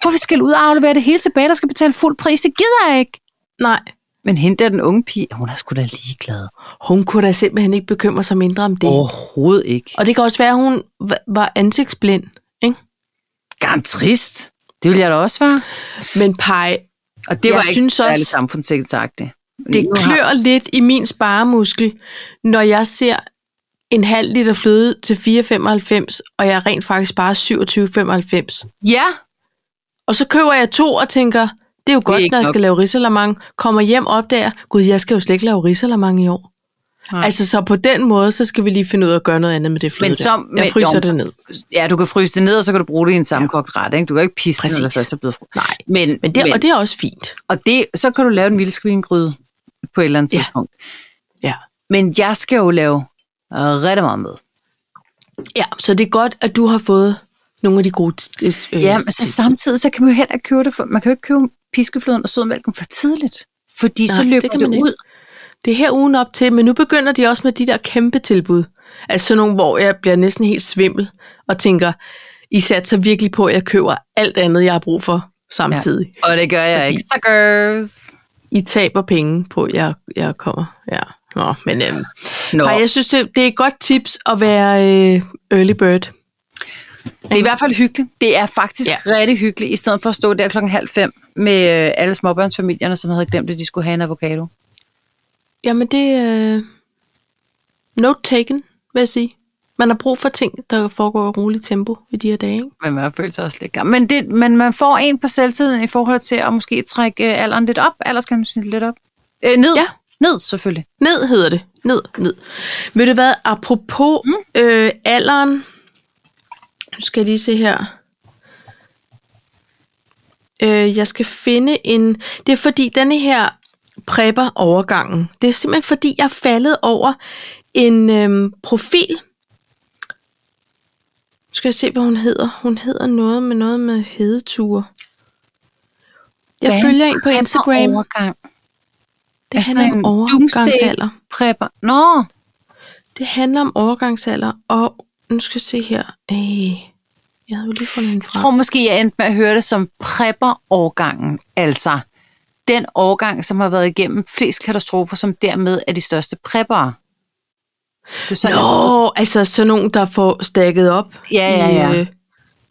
B: Hvorfor skal du ud og aflevere det hele tilbage, der skal betale fuld pris? Det gider jeg ikke.
A: Nej,
B: Men hende der, den unge pige, hun er sgu da ligeglad.
A: hun kunne da simpelthen ikke bekymre sig mindre om det.
B: Overhovedet ikke.
A: Og det kan også være, at hun va- var ansigtsblind. Ikke?
B: Garn trist. Det ville jeg da også være.
A: Men pej,
B: Og det
A: Jeg
B: var ikke
A: synes
B: synes
A: også-
B: særlig også, samfundssigtsagtigt.
A: det klør lidt i min sparemuskel, når jeg ser en halv liter fløde til 4,95, og jeg rent faktisk sparer 27,95.
B: Ja,
A: Og så køber jeg to og tænker, det er jo godt,
B: ikke
A: når jeg
B: nok.
A: skal lave risalamang. Kommer hjem og opdager, gud, jeg skal jo slet ikke lave risalamang i år.
B: Nej.
A: Altså, så på den måde, så skal vi lige finde ud af at gøre noget andet med det fløde
B: Men
A: der.
B: som-
A: Jeg
B: men-
A: fryser
B: jo.
A: det ned.
B: ja, du kan fryse det ned, og så kan du bruge det i en sammenkogt ret. Ikke? Du kan ikke pisse det, når det
A: Præcis.
B: først er blevet fryst.
A: Nej,
B: Men,
A: men det, men, og det er også fint.
B: og det, så kan du lave en vildsvingryde på et eller andet
A: Ja.
B: tidspunkt.
A: Ja.
B: Men jeg skal jo lave øh, rigtig meget med.
A: Ja, så det er godt, at du har fået nogle af de gode... Øh,
B: Ja, men så samtidig så kan man jo heller ikke købe det. For, man kan jo ikke købe piskefløden og sødmælken for tidligt. Fordi
A: Nej,
B: så
A: det
B: løber
A: kan
B: det,
A: man ikke.
B: ud.
A: Det er her ugen op til, men nu begynder de også med de der kæmpe tilbud. Altså sådan nogle, hvor jeg bliver næsten helt svimmel og tænker, I satser virkelig på, at jeg køber alt andet, jeg har brug for samtidig. Ja.
B: Og det gør jeg
A: Fordi-
B: ikke. Suckers!
A: I taber penge på, at jeg, jeg kommer. Ja. Nå, men øhm,
B: Nå.
A: Ej, jeg synes, det, det er et godt tips at være øh, early bird.
B: Det er i hvert fald hyggeligt. Det er faktisk
A: Ja.
B: ja. rigtig hyggeligt, i stedet for at stå der klokken halv fem med øh, alle småbørnsfamilierne, som havde glemt, at de skulle have en avocado.
A: Jamen det er øh, note taken, vil jeg sige. Man har brug for ting, der foregår i roligt tempo i de her dage. Ikke?
B: Men man føler sig også lidt gammel. Men, det, men man får en på selvtiden i forhold til at måske trække øh, alderen lidt op, aldersgrænsen lidt op. Øh, ned.
A: Ja.
B: Ned, selvfølgelig.
A: Ned hedder det. Ned, ned. Ved du hvad, apropos mm. øh, alderen. Nu skal jeg lige se her. Øh, jeg skal finde en... Det er fordi, denne her prepper overgangen. Det er simpelthen fordi, jeg er faldet over en øhm, profil. Nu skal jeg se, hvad hun hedder. Hun hedder noget med noget med hedeture. Jeg
B: Hvad er en
A: følger en på
B: prepper
A: Instagram.
B: Overgang.
A: Det
B: Er
A: handler
B: altså sådan
A: om
B: en
A: overgangsalder.
B: Prepper. Nå,
A: Det handler om overgangsalder, og nu skal jeg se her. Øh, jeg havde jo lige fundet en
B: jeg tror
A: frem.
B: måske, jeg endte med at høre det som prepper-årgangen. Altså, den årgang, som har været igennem flest katastrofer, som dermed er de største preppere. Det er sådan,
A: Nå, altså sådan nogen, der får stakket op
B: Ja, ja, ja.
A: I, øh,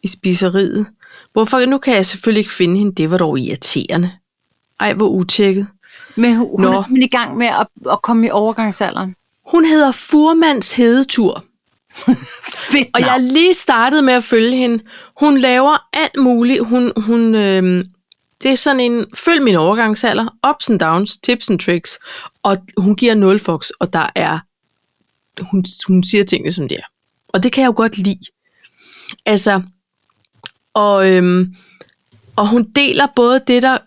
A: i spiseriet. Hvorfor? Nu kan jeg selvfølgelig ikke finde hende. Det var dog irriterende. Ej, hvor utjekket.
B: Men hun, hun
A: Nå.
B: er simpelthen i gang med at, at komme i overgangsalderen.
A: Hun hedder Furmans Hedetur.
B: Fedt
A: Og jeg er lige startet med at følge hende. Hun laver alt muligt. Hun, hun, øh, det er sådan en, følg min overgangsalder, ups and downs, tips and tricks. Og hun giver nul fox, og der er, hun, hun siger tingene som det er. Og det kan jeg jo godt lide. Altså, og, øhm, og hun deler både det der,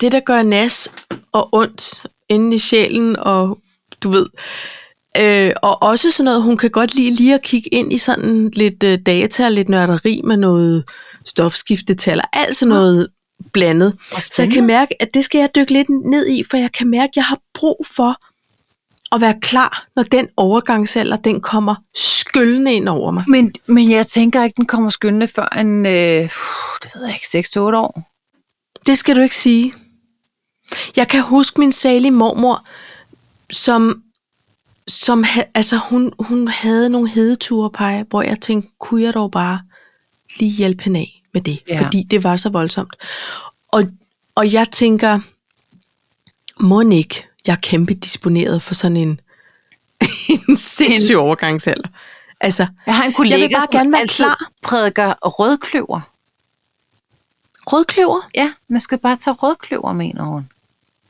A: det, der gør nas og ondt inde i sjælen, og du ved, Øh, og også sådan noget, hun kan godt lide lige at kigge ind i sådan lidt øh, data og lidt nørderi med noget stofskiftetal og alt sådan noget blandet. Så jeg kan mærke, at det skal jeg dykke lidt ned i, for jeg kan mærke, at jeg har brug for at være klar, når den overgangsalder, den kommer skyllende ind over mig.
B: men, men jeg tænker ikke, den kommer skyndende før en, øh, puh, det ved jeg ikke, 6-8 år.
A: Det skal du ikke sige. Jeg kan huske min salige mormor, som, som ha, altså hun, hun havde nogle hedeture, Paj, hvor jeg tænkte, kunne jeg dog bare lige hjælpe hende af med det,
B: Ja.
A: ja. fordi det var så voldsomt. Og, og jeg tænker, må ikke, jeg er kæmpe disponeret for sådan en, en sindssyg overgangsalder. Altså,
B: Jeg har en kollega,
A: Jeg vil bare
B: som
A: gerne være
B: altid
A: klar.
B: prædiker rødkløver.
A: rødkløver
B: Ja, man skal bare tage rødkløver, mener hun.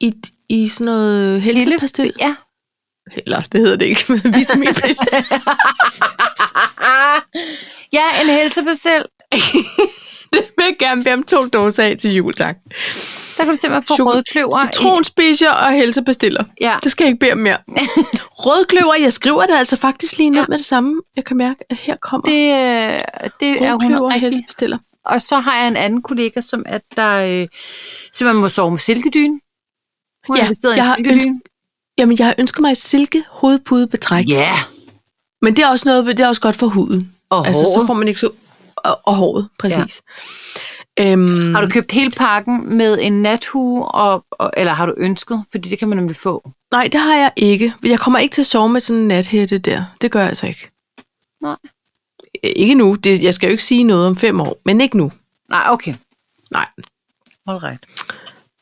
A: i, i sådan noget helsepastil.
B: Ja.
A: Eller, det hedder det ikke, men vitaminpille.
B: Ah. Ja, en helsepastil.
A: det vil jeg gerne bede om to doser af til jul, tak.
B: Der kan du simpelthen få
A: Choko-
B: rødkløver. i-
A: Citronspiser og helsebestiller.
B: Ja.
A: Det skal jeg ikke bede om mere. Rødkløver, jeg skriver det altså faktisk lige ned
B: Ja.
A: med det samme. Jeg kan mærke, at her kommer det
B: Det, øh, det er hun
A: rødkløver og
B: rigtig
A: helsebestiller.
B: Og så har jeg en anden kollega, som er der, øh, så man må sove med silkedyn. Hun
A: Ja,
B: har investeret i
A: jeg har
B: en silkedyn.
A: ønsket- Jamen, jeg har ønsket mig et silke hovedpudebetræk.
B: Ja,
A: Men det er også noget, det er også godt for huden.
B: og
A: Altså, så
B: håret.
A: får man ikke så... Og, og håret, præcis. Ja. Øhm,
B: Har du købt hele pakken med en nathue, og, og, eller har du ønsket? Fordi det kan man nemlig få.
A: Nej, det har jeg ikke. Jeg kommer ikke til at sove med sådan en nathætte der. Det gør jeg altså ikke.
B: Nej.
A: Øh, Ikke nu. Det, jeg skal jo ikke sige noget om fem år, men ikke nu.
B: Nej, okay.
A: Nej.
B: Hold right.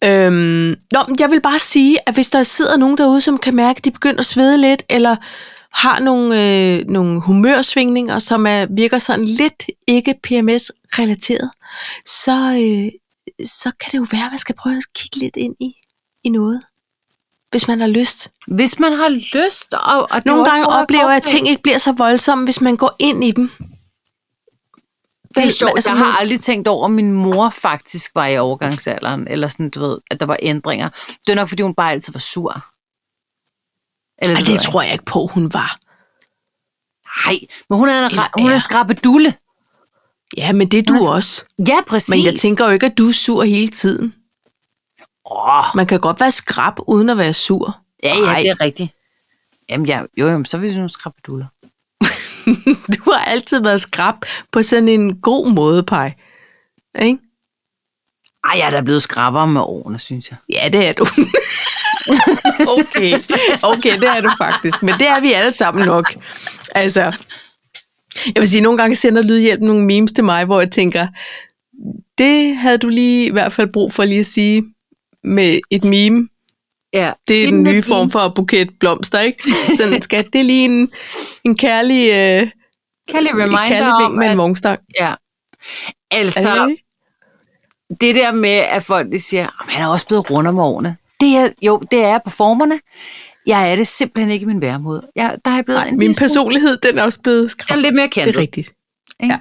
A: Øhm, nå, men jeg vil bare sige, at hvis der sidder nogen derude, som kan mærke, at de begynder at svede lidt, eller har nogle, øh, nogle humørsvingninger, som er, virker sådan lidt ikke PMS-relateret, så, øh, så kan det jo være, at man skal prøve at kigge lidt ind i, i noget, hvis man har lyst.
B: Hvis man har lyst, og, og det er
A: Nogle
B: også
A: gange
B: noget, jeg
A: oplever jeg, at
B: oplever.
A: ting ikke bliver så voldsomme, hvis man går ind i dem.
B: Det er
A: Vel,
B: sjovt,
A: altså,
B: jeg har
A: nu-
B: aldrig tænkt over, at min mor faktisk var i overgangsalderen, eller sådan, du ved, at der var ændringer. Det er nok, fordi hun bare altid var sur. Eller,
A: Ej,
B: ved
A: det
B: jeg
A: tror jeg ikke på, hun var.
B: Nej, men hun er en, ra-
A: Eller
B: hun er en
A: er.
B: skrabedulle.
A: Ja, men det er
B: Hun
A: du
B: er-
A: også.
B: Ja, præcis.
A: Men jeg tænker jo ikke, at du er sur hele tiden.
B: Åh,
A: Man kan godt være skrab uden at være sur.
B: ja, ja,
A: Ej.
B: det er rigtigt. Jamen, ja, jo, jo, men så er vi sådan nogle skrabeduller.
A: Du har altid været skrab på sådan en god måde, Paj. Ikke?
B: Ej, jeg er da blevet skrabbere med årene, synes jeg.
A: Ja, det er du. okay. okay, det er du faktisk. Men det er vi alle sammen nok. Altså, jeg vil sige, nogle gange sender Lydhjælp nogle memes til mig, hvor jeg tænker, det havde du lige i hvert fald brug for lige at sige med et meme.
B: Ja,
A: Det er den nye form for buket blomster, ikke? Sådan, skat, det er lige en, en kærlig, øh, en
B: Kan jeg reminder
A: kærlig vink
B: om,
A: med en
B: at,
A: vognstang.
B: ja.
A: Er det
B: Altså,
A: det?
B: det der med, at folk de siger, at han er også blevet rundt om årene. Det det er, jo, det er jeg på formerne. Jeg er det simpelthen ikke i min væremåde. Jeg, der er jeg blevet
A: Nej,
B: en
A: min
B: lille smule-
A: personlighed, den er også blevet
B: Jeg
A: skræmt.
B: er lidt mere
A: Det
B: kendt.
A: er rigtigt.
B: Ikke?
A: Ja.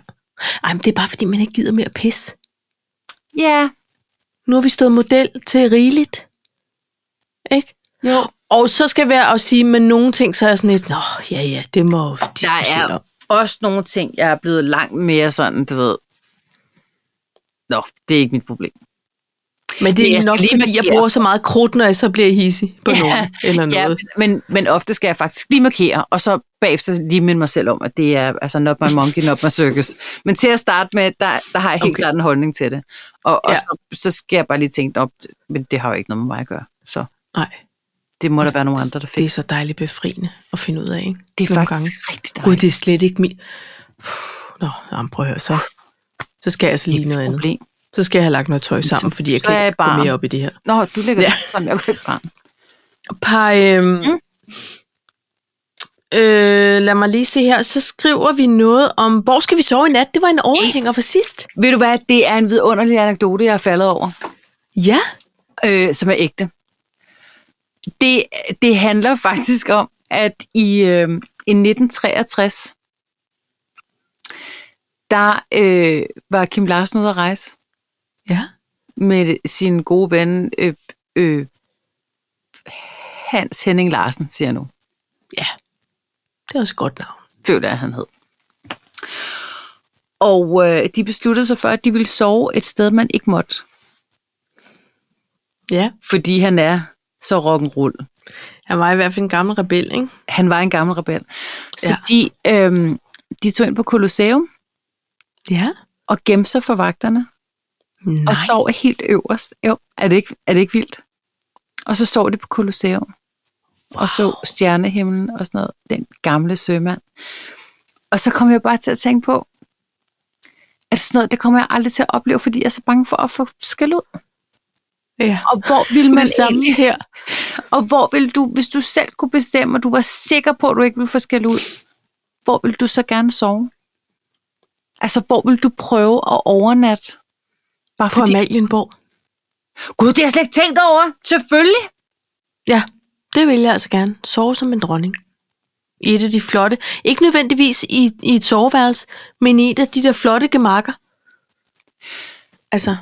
A: Ej, men det er bare, fordi man ikke gider mere pis.
B: Ja,
A: Nu har vi stået model til rigeligt. Ikke?
B: jo.
A: Og så skal jeg være at sige, med nogle ting, så er jeg sådan lidt, nå, ja, ja, det må de skulle
B: Der
A: selv
B: er
A: om."
B: også nogle ting, jeg er blevet langt mere sådan, du ved. Nå, det er ikke mit problem.
A: Men det
B: Men
A: er
B: jeg skal
A: nok,
B: lige
A: fordi jeg
B: markere.
A: bruger så meget krudt, når jeg så bliver hissig på
B: Ja,
A: nogen eller
B: Ja,
A: noget.
B: men, men, men ofte skal jeg faktisk lige markere, og så bagefter lige minde mig selv om, at det er altså not my monkey, not my circus. Men til at starte med, der, der har jeg helt
A: Okay.
B: okay. klart en holdning til det. Og, og
A: Ja.
B: ja. så, så skal jeg bare lige tænke, op, men det har jo ikke noget med mig at gøre. Så
A: Nej,
B: Altså, det må der være nogle andre, der fik.
A: det er så dejligt befriende at finde ud af, ikke?
B: Det er
A: Nogle
B: faktisk rigtig
A: Gud,
B: dejligt.
A: det er slet ikke min... Nå, jamen, prøv at høre, så, så skal jeg altså lige noget andet.
B: problem.
A: Så skal jeg have lagt noget tøj sammen, fordi jeg
B: så er
A: kan
B: jeg
A: ikke gå
B: barn.
A: mere op i det her.
B: Nå, du ligger
A: Ja.
B: ja. sammen, jeg går ikke barn.
A: Par, øhm, mm.
B: Mm.
A: øh, lad mig lige se her. Så skriver vi noget om, hvor skal vi sove i nat? Det var en overhænger fra sidst.
B: Ved du hvad, det er en vidunderlig anekdote, jeg er faldet over.
A: Ja.
B: øh, som er ægte. Det, det handler faktisk om, at i, øh, i 1963, der øh, var Kim Larsen ude at rejse
A: Ja.
B: med sin gode ven øh, øh, Hans Henning Larsen, siger jeg nu.
A: Det er også et godt navn.
B: føler jeg, han hed. Og øh, de besluttede sig for, at de ville sove et sted, man ikke måtte,
A: Ja.
B: fordi han er så rock'n'roll.
A: Han var i hvert fald en gammel rebel, ikke?
B: han var en gammel rebel. Så
A: Ja.
B: ja. de, øhm, de tog ind på Colosseum
A: Ja.
B: og gemte sig for vagterne
A: Nej.
B: og sov helt øverst. Jo, er det ikke, er det ikke vildt? Og så sov de på Colosseum wow. og så stjernehimlen og sådan noget. Den gamle sømand. Og så kom jeg bare til at tænke på, at sådan noget, det kommer jeg aldrig til at opleve, fordi jeg er så bange for at få skæld ud.
A: ja.
B: Og hvor vil man
A: det samme
B: egentlig,
A: her.
B: og hvor vil du, hvis du selv kunne bestemme, og du var sikker på, at du ikke ville få skæld ud, hvor vil du så gerne sove? Altså, hvor vil du prøve at overnatte? Bare
A: På
B: fordi,
A: Amalienborg.
B: Gud, det har jeg slet ikke tænkt over. Selvfølgelig.
A: Ja, det vil jeg altså gerne. Sove som en dronning. I et af de flotte. Ikke nødvendigvis i, i et soveværelse, men i et af de der flotte gemakker. Altså,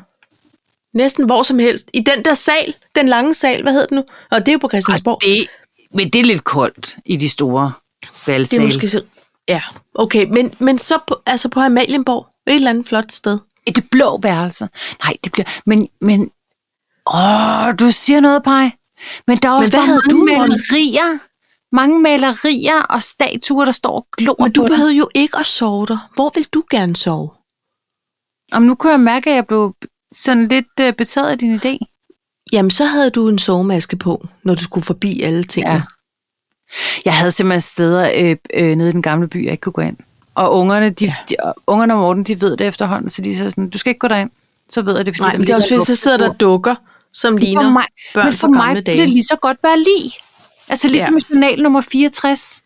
A: næsten hvor som helst. I den der sal, den lange sal, hvad hedder den nu? Og det er jo på Christiansborg.
B: det, men det er lidt koldt i de store
A: det
B: valgsale.
A: er måske så... Ja, okay. Men, men så på, altså på Amalienborg. Et eller andet flot sted.
B: I det blå værelse. Nej, det bliver... Men, men... Åh, du siger noget, Paj. Men der er også
A: hvad
B: bare
A: havde
B: mange
A: du, Morten?
B: malerier. Mange malerier og statuer, der står og glor
A: Men du
B: på
A: behøvede jo ikke at sove der. Hvor vil du gerne sove?
B: Om nu kunne jeg mærke, at jeg blev sådan lidt øh, betaget af din idé.
A: Jamen, så havde du en sovemaske på, når du skulle forbi alle tingene.
B: Ja. Jeg havde simpelthen steder øh, øh, nede i den gamle by, jeg ikke kunne gå ind. Og ungerne, de, ja. de, og ungerne og Morten, de ved det efterhånden, så de siger sådan, du skal ikke gå derind. Så ved jeg det, fordi
A: Nej,
B: der
A: men det er også
B: ligger
A: fordi, så
B: et
A: sidder der
B: luksusbord.
A: dukker, som ligner
B: for mig,
A: børn
B: Men for
A: fra
B: mig
A: gamle
B: kunne det
A: dage.
B: lige så godt være lige. Altså ligesom
A: Ja.
B: ja. i journal nummer 64,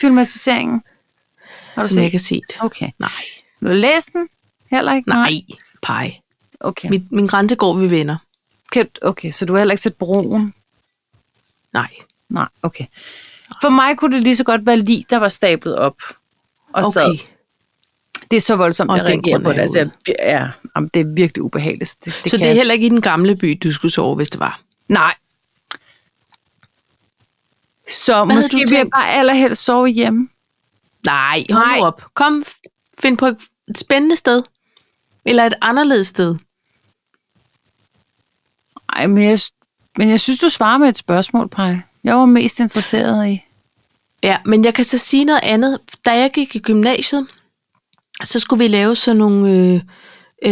B: filmatiseringen. Har du
A: Som jeg
B: set?
A: ikke har set.
B: Okay.
A: Nej,
B: Du har læst den? Heller ikke?
A: nej, pej.
B: Okay.
A: Min, min grænse går ved venner.
B: Kan- Okay, så du har heller ikke set broen?
A: Nej.
B: Nej, okay. For mig kunne det lige så godt være lige, der var stablet op og okay. sad.
A: Okay.
B: Det er så voldsomt,
A: Og
B: og
A: af
B: jeg
A: den
B: reagerer
A: grund
B: på
A: er
B: det.
A: jeg
B: Altså, jeg, ja, jamen, det er virkelig ubehageligt. Det, det
A: Så
B: kan
A: det er
B: jeg-
A: heller ikke i den gamle by, du skulle sove, hvis det var.
B: Nej. Så
A: havde
B: måske
A: du
B: vil jeg
A: tænkt?
B: bare allerhelst sove hjemme.
A: Nej, hold
B: Nej.
A: nu op. Kom, f- find på et spændende sted. Eller et anderledes sted.
B: Ej, men jeg, men jeg synes, du svarer med et spørgsmål, Paj. Jeg var mest interesseret i.
A: Ja, men jeg kan så sige noget andet. Da jeg gik i gymnasiet, så skulle vi lave sådan nogle, øh,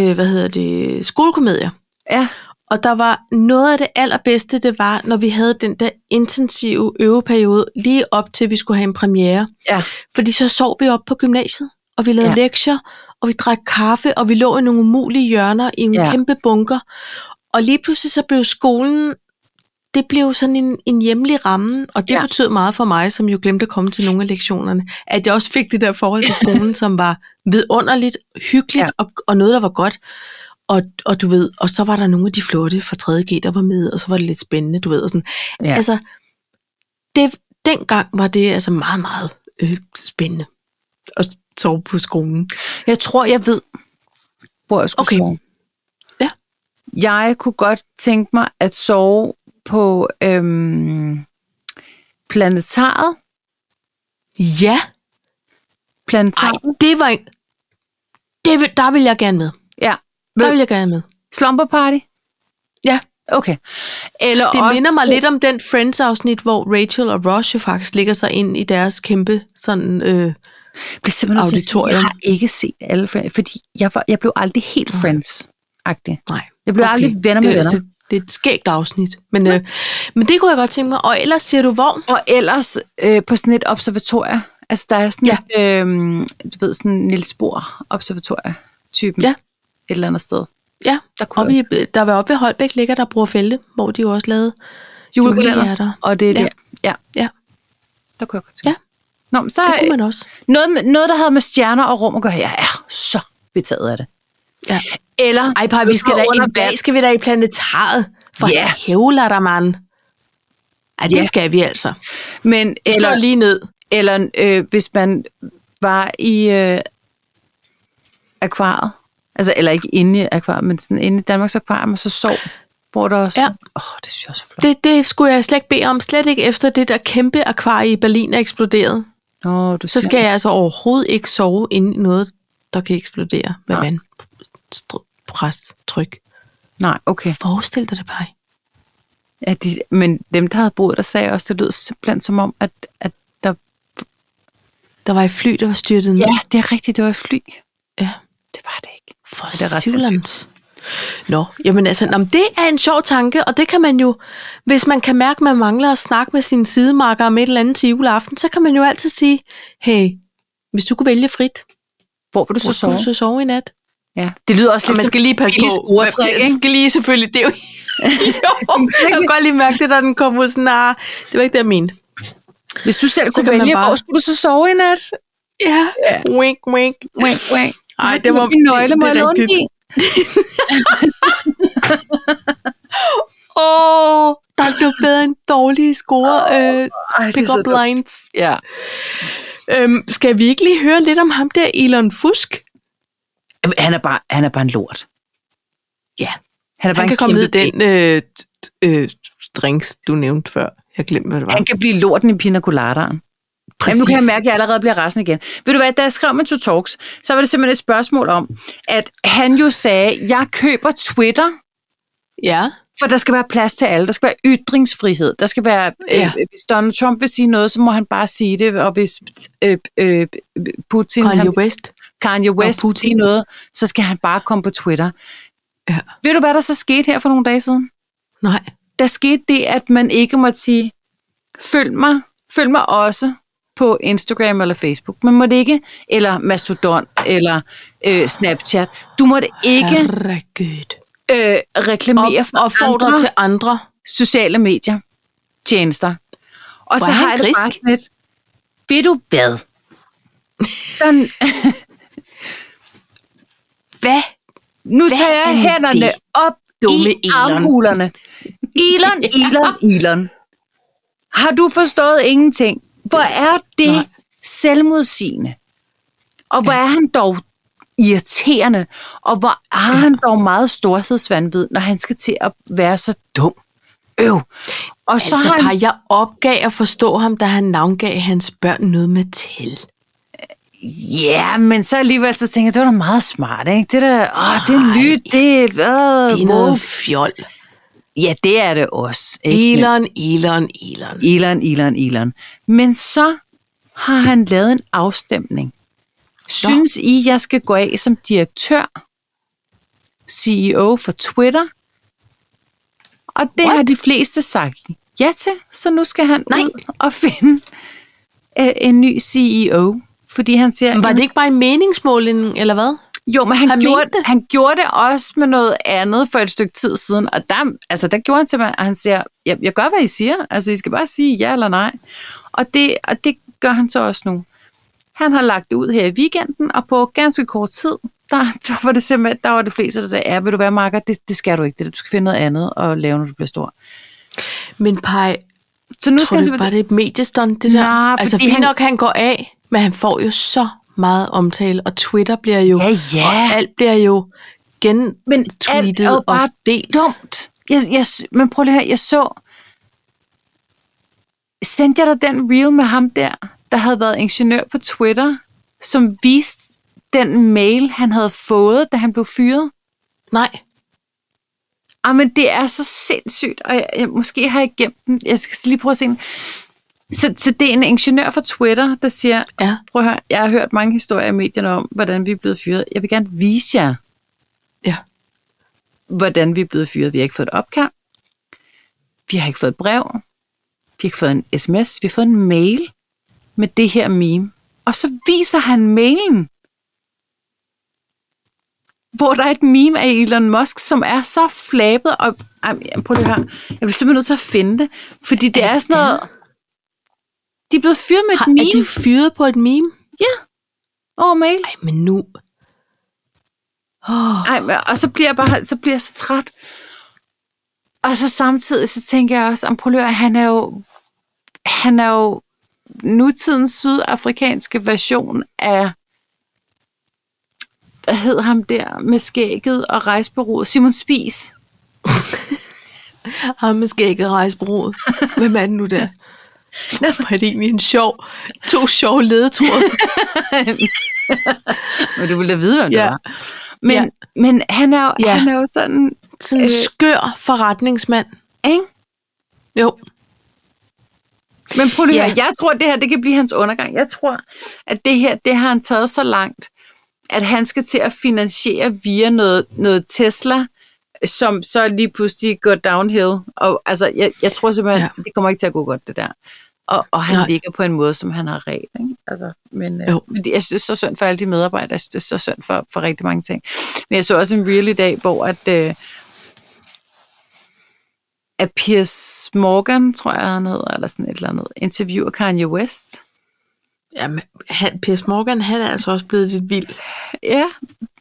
A: øh, hvad hedder det, skolekomedier.
B: Ja.
A: Og der var noget af det allerbedste, det var, når vi havde den der intensive øveperiode, lige op til, at vi skulle have en premiere.
B: Ja.
A: Fordi så sov vi op på gymnasiet, og vi lavede ja.
B: Ja.
A: lektier, og vi drak kaffe, og vi lå i nogle umulige hjørner i en ja.
B: Ja.
A: kæmpe bunker. Og lige pludselig så blev skolen, det blev sådan en, en hjemlig ramme, og det ja.
B: Ja.
A: betød meget for mig, som jo glemte at komme til nogle af lektionerne, at jeg også fik det der forhold til skolen, som var vidunderligt, hyggeligt ja. og, og noget, der var godt. Og, og du ved, og så var der nogle af de flotte fra 3.G, der var med, og så var det lidt spændende, du ved. Og sådan.
B: Ja.
A: Ja. Altså, det, dengang var det altså meget, meget øh, spændende at sove på skolen.
B: Jeg tror, jeg ved, hvor jeg skulle okay.
A: Okay.
B: sove.
A: Ja.
B: Jeg kunne godt tænke mig at sove på øhm, planetariet.
A: Ja, ej,
B: planetariet.
A: det var en... Det, vil- der vil jeg gerne med.
B: Ja.
A: Der vil jeg gerne med.
B: Slumber party?
A: Ja.
B: Okay. Eller
A: Det
B: også,
A: også, minder mig lidt om den Friends-afsnit, hvor Rachel og Ross jo faktisk ligger sig ind i deres kæmpe sådan... Øh,
B: Jeg bliver simpelthen nødt til at sige,
A: auditorium.
B: Jeg har ikke set alle Friends, fordi jeg, var, jeg blev aldrig helt Friends-agtig.
A: nej.
B: Jeg blev okay. aldrig venner med
A: det, er
B: venner.
A: altså- det er et skægt afsnit. Men, øh, men det kunne jeg godt tænke mig. Og ellers ser du vogn.
B: Og ellers øh, på sådan et observatorie. Altså der er sådan
A: Ja.
B: ja. et, øhm, du ved, sådan Niels Bohr observatorie-typen.
A: Ja.
B: Et eller andet sted.
A: Ja,
B: Der kunne
A: oppe i, der var oppe ved Holbæk ligger der Brorfælde, hvor de jo også lavede julehjerter.
B: Og det er ja.
A: Ja.
B: der. Ja.
A: Ja.
B: Der kunne jeg godt tænke.
A: Ja.
B: Nå, men så
A: Det kunne
B: øh,
A: man også.
B: noget, med- noget, der havde med stjerner og rum at gøre. Jeg er så betaget af det.
A: Ja.
B: Eller
A: Ej, par, vi skal da, i dag skal vi da i planetariet. For
B: Ja.
A: yeah. hævler der, mand. Ej, det
B: Ja.
A: yeah. skal vi altså.
B: Men,
A: Eller
B: eller
A: lige ned.
B: eller øh, hvis man var i øh, akvariet. Altså, eller ikke inde i akvariet, men sådan inde i Danmarks Akvarium, og så sov, hvor der også...
A: Ja.
B: Åh, oh, det synes jeg også er flot.
A: Det, det skulle jeg slet ikke bede om. Slet ikke efter det der kæmpe akvarie i Berlin er eksploderet.
B: Nå, du
A: Så
B: siger-
A: skal jeg altså overhovedet ikke sove inde i noget, der kan eksplodere med
B: Nej.
A: vand. Str- pres, tryk.
B: Nej, okay.
A: Forestil dig det, Paj.
B: Ja, de, men dem, der havde boet der, sagde også, det lød simpelthen som om, at, at der...
A: Der var et fly, der var styrtet ned.
B: Ja, det er rigtigt, det var et fly.
A: Ja.
B: Det var det ikke.
A: For
B: det er ret
A: sivlands. Nå, jamen altså, nå, men det er en sjov tanke, og det kan man jo, hvis man kan mærke, at man mangler at snakke med sine sidemarker om et eller andet til juleaften, så kan man jo altid sige, hey, hvis du kunne vælge frit,
B: Hvor vil du
A: så
B: så
A: skulle
B: sove?
A: du så sove i nat.
B: Ja. Det lyder også
A: Og
B: lidt
A: man
B: som
A: skal lige passe
B: billigt
A: på.
B: ordtræk,
A: Man
B: ikke?
A: skal lige selvfølgelig, det er jo... jo jeg kunne godt lige mærke det, da den kom ud sådan, nah, det var ikke det, jeg mente.
B: Hvis du selv
A: kunne
B: kunne vælge,
A: vælge,
B: bare... hvor
A: hvor
B: skulle du så sove i nat?
A: Ja,
B: Ja.
A: wink, wink.
B: Wait, wait.
A: Ej, det var...
B: Min nøgle må
A: det
B: jeg
A: er
B: låne
A: rigtigt.
B: din.
A: Åh, der er ikke noget bedre end dårlige score. Øh, pick-up lines.
B: Ja.
A: Øhm, skal vi ikke lige høre lidt om ham der, Elon Fusk?
B: Jamen, han, er bare, han er bare en lort.
A: Ja.
B: Han, er bare
A: Han
B: en
A: kan komme ned i
B: kæmpe
A: den øh, t- øh, drinks, du nævnte før. Jeg glemte, hvad det
B: bæk.
A: var.
B: Han kan blive lorten i pina coladaen. Jamen, nu kan jeg mærke, at jeg allerede bliver rasende igen. Ved du hvad, da jeg skrev med To Talks, så var det simpelthen et spørgsmål om, at han jo sagde, jeg køber Twitter,
A: Ja,
B: for der skal være plads til alle. Der skal være ytringsfrihed. Der skal være, ja.
A: Ja.
B: øh, hvis Donald Trump vil sige noget, så må han bare sige det, og hvis øh, øh, Putin...
A: Kanye
B: han,
A: West.
B: Kanye West
A: Og
B: Putin.
A: Putin.
B: sige noget, så skal han bare komme på Twitter.
A: Ja.
B: Ved du, hvad der så skete her for nogle dage siden?
A: Nej.
B: Der skete det, at man ikke måtte sige, følg mig, følg mig også på Instagram eller Facebook. Man måtte ikke, eller Mastodon, eller øh, Snapchat. Du måtte ikke
A: Herregud.
B: øh, reklamere for
A: Op, opfordrer
B: andre
A: til andre.
B: sociale medier, tjenester. Og så
A: Hvor er
B: har
A: han
B: jeg det bare
A: grisk.
B: sådan lidt, ved du hvad? Den,
A: Hvad?
B: nu
A: Hvad
B: tager jeg
A: er
B: hænderne
A: det,
B: op
A: dumme
B: i
A: Elon?
B: armhulerne. Elon, Elon, Elon. Har du forstået ingenting? Hvor er det Nej.
A: Nej.
B: selvmodsigende? Og hvor er han dog irriterende? Og hvor har han dog meget storhedsvandvid, når han skal til at være så dum? Øv. Og så
A: Så altså,
B: har han
A: har jeg opgav at forstå ham, da han navngav hans børn noget med til.
B: Ja, yeah, men så alligevel så tænker jeg, det var da meget smart, ikke? Det der, åh, det er nyt, det er, øh,
A: Det er
B: wow.
A: noget fjol.
B: Ja, det er det også. Ikke?
A: Elon, Elon, Elon.
B: Elon, Elon, Elon. Men så har han lavet en afstemning. Synes I, jeg skal gå af som direktør, CEO for Twitter? Og det What?
A: What?
B: har de fleste sagt ja til, så nu skal han Nej.
A: Nej.
B: ud og finde øh, en ny CEO. Fordi han siger,
A: Var
B: "Jamen,
A: det ikke bare en meningsmåling, eller hvad?
B: Jo, men han, han,
A: Han
B: gjorde,
A: mente det.
B: han gjorde det også med noget andet for et stykke tid siden, og der, altså, der gjorde han simpelthen, at han siger, jeg, jeg gør, hvad I siger, altså I skal bare sige ja eller nej. Og det, og det gør han så også nu. Han har lagt det ud her i weekenden, og på ganske kort tid, der, der var det simpelthen, der var det fleste, der sagde, ja, vil du være marker? Det, det skal du ikke, det, du skal finde noget andet og lave, når du bliver stor.
A: Men Pej,
B: Så nu
A: tror
B: skal han
A: du ikke
B: simpelthen...
A: bare, det er et mediestund, det der?
B: Nej,
A: altså,
B: fordi
A: fint
B: han-
A: nok, han går af, men han får jo så meget omtale, og Twitter bliver jo...
B: Ja, ja.
A: Og alt bliver jo
B: Men alt er
A: gentweetet
B: jo
A: og
B: bare
A: delt.
B: dumt. Jeg, jeg, men prøv lige at høre, jeg så... Sendte jeg dig den reel med ham der, der havde været ingeniør på Twitter, som viste den mail, han havde fået, da han blev fyret?
A: Nej,
B: Jamen, det er så sindssygt, og jeg, jeg, måske har jeg gemt den. Jeg skal lige prøve at se den. Så, så det er en ingeniør fra Twitter, der siger,
A: ja.
B: prøv at høre, jeg har hørt mange historier i medierne om, hvordan vi er blevet fyret. Jeg vil gerne vise jer,
A: Ja.
B: hvordan vi er blevet fyret. Vi har ikke fået et opkald. Vi har ikke fået et brev. Vi har ikke fået en sms. Vi har fået en mail med det her meme. Og så viser han mailen, hvor der er et meme af Elon Musk, som er så flabet. Og, ej, men prøv lige at høre. Jeg bliver simpelthen nødt til at finde det. Fordi det er sådan noget... De er blevet fyret med et
A: Har,
B: meme
A: er de fyret på et meme?
B: over mail.
A: Ej, men nu... Oh.
B: Ej, men- og så bliver jeg bare så bliver jeg så træt. Og så samtidig så tænker jeg også, om prøv lige at høre, han er jo han er jo nutidens sydafrikanske version af hvad hed ham der med skægget og rejsbureauet? Simon Spies.
A: Ham med skægget rejsbruget. Hvem er det nu der? Var det egentlig en sjov, to sjove ledetråde?
B: Men du ville da vide, hvem
A: det
B: ja.
A: var.
B: Men,
A: Ja.
B: men han, er jo,
A: Ja.
B: ja. han er jo sådan,
A: Sådan en
B: Øh.
A: skør forretningsmand.
B: ikke?
A: Jo,
B: Men prøv lige
A: Ja.
B: ja. jeg tror, det her det kan blive hans undergang. Jeg tror, at det her det har han taget så langt, at han skal til at finansiere via noget, noget Tesla, som så lige pludselig går downhill. Og altså, jeg, jeg tror simpelthen,
A: Ja.
B: ja. det kommer ikke til at gå godt, det der. Og, og han
A: Nej.
B: Nej. ligger på en måde, som han har ret. Ikke? Altså, men, øh,
A: Jo.
B: men det, jeg synes, det er så synd for alle de medarbejdere. Jeg synes, det er så synd for, for rigtig mange ting. Men jeg så også en reel i dag, hvor at, øh, at Piers Morgan, tror jeg han hedder, eller sådan et eller andet, interviewer Kanye West.
A: Jamen, han, Piers Morgan, han er altså også blevet lidt vild.
B: Ja,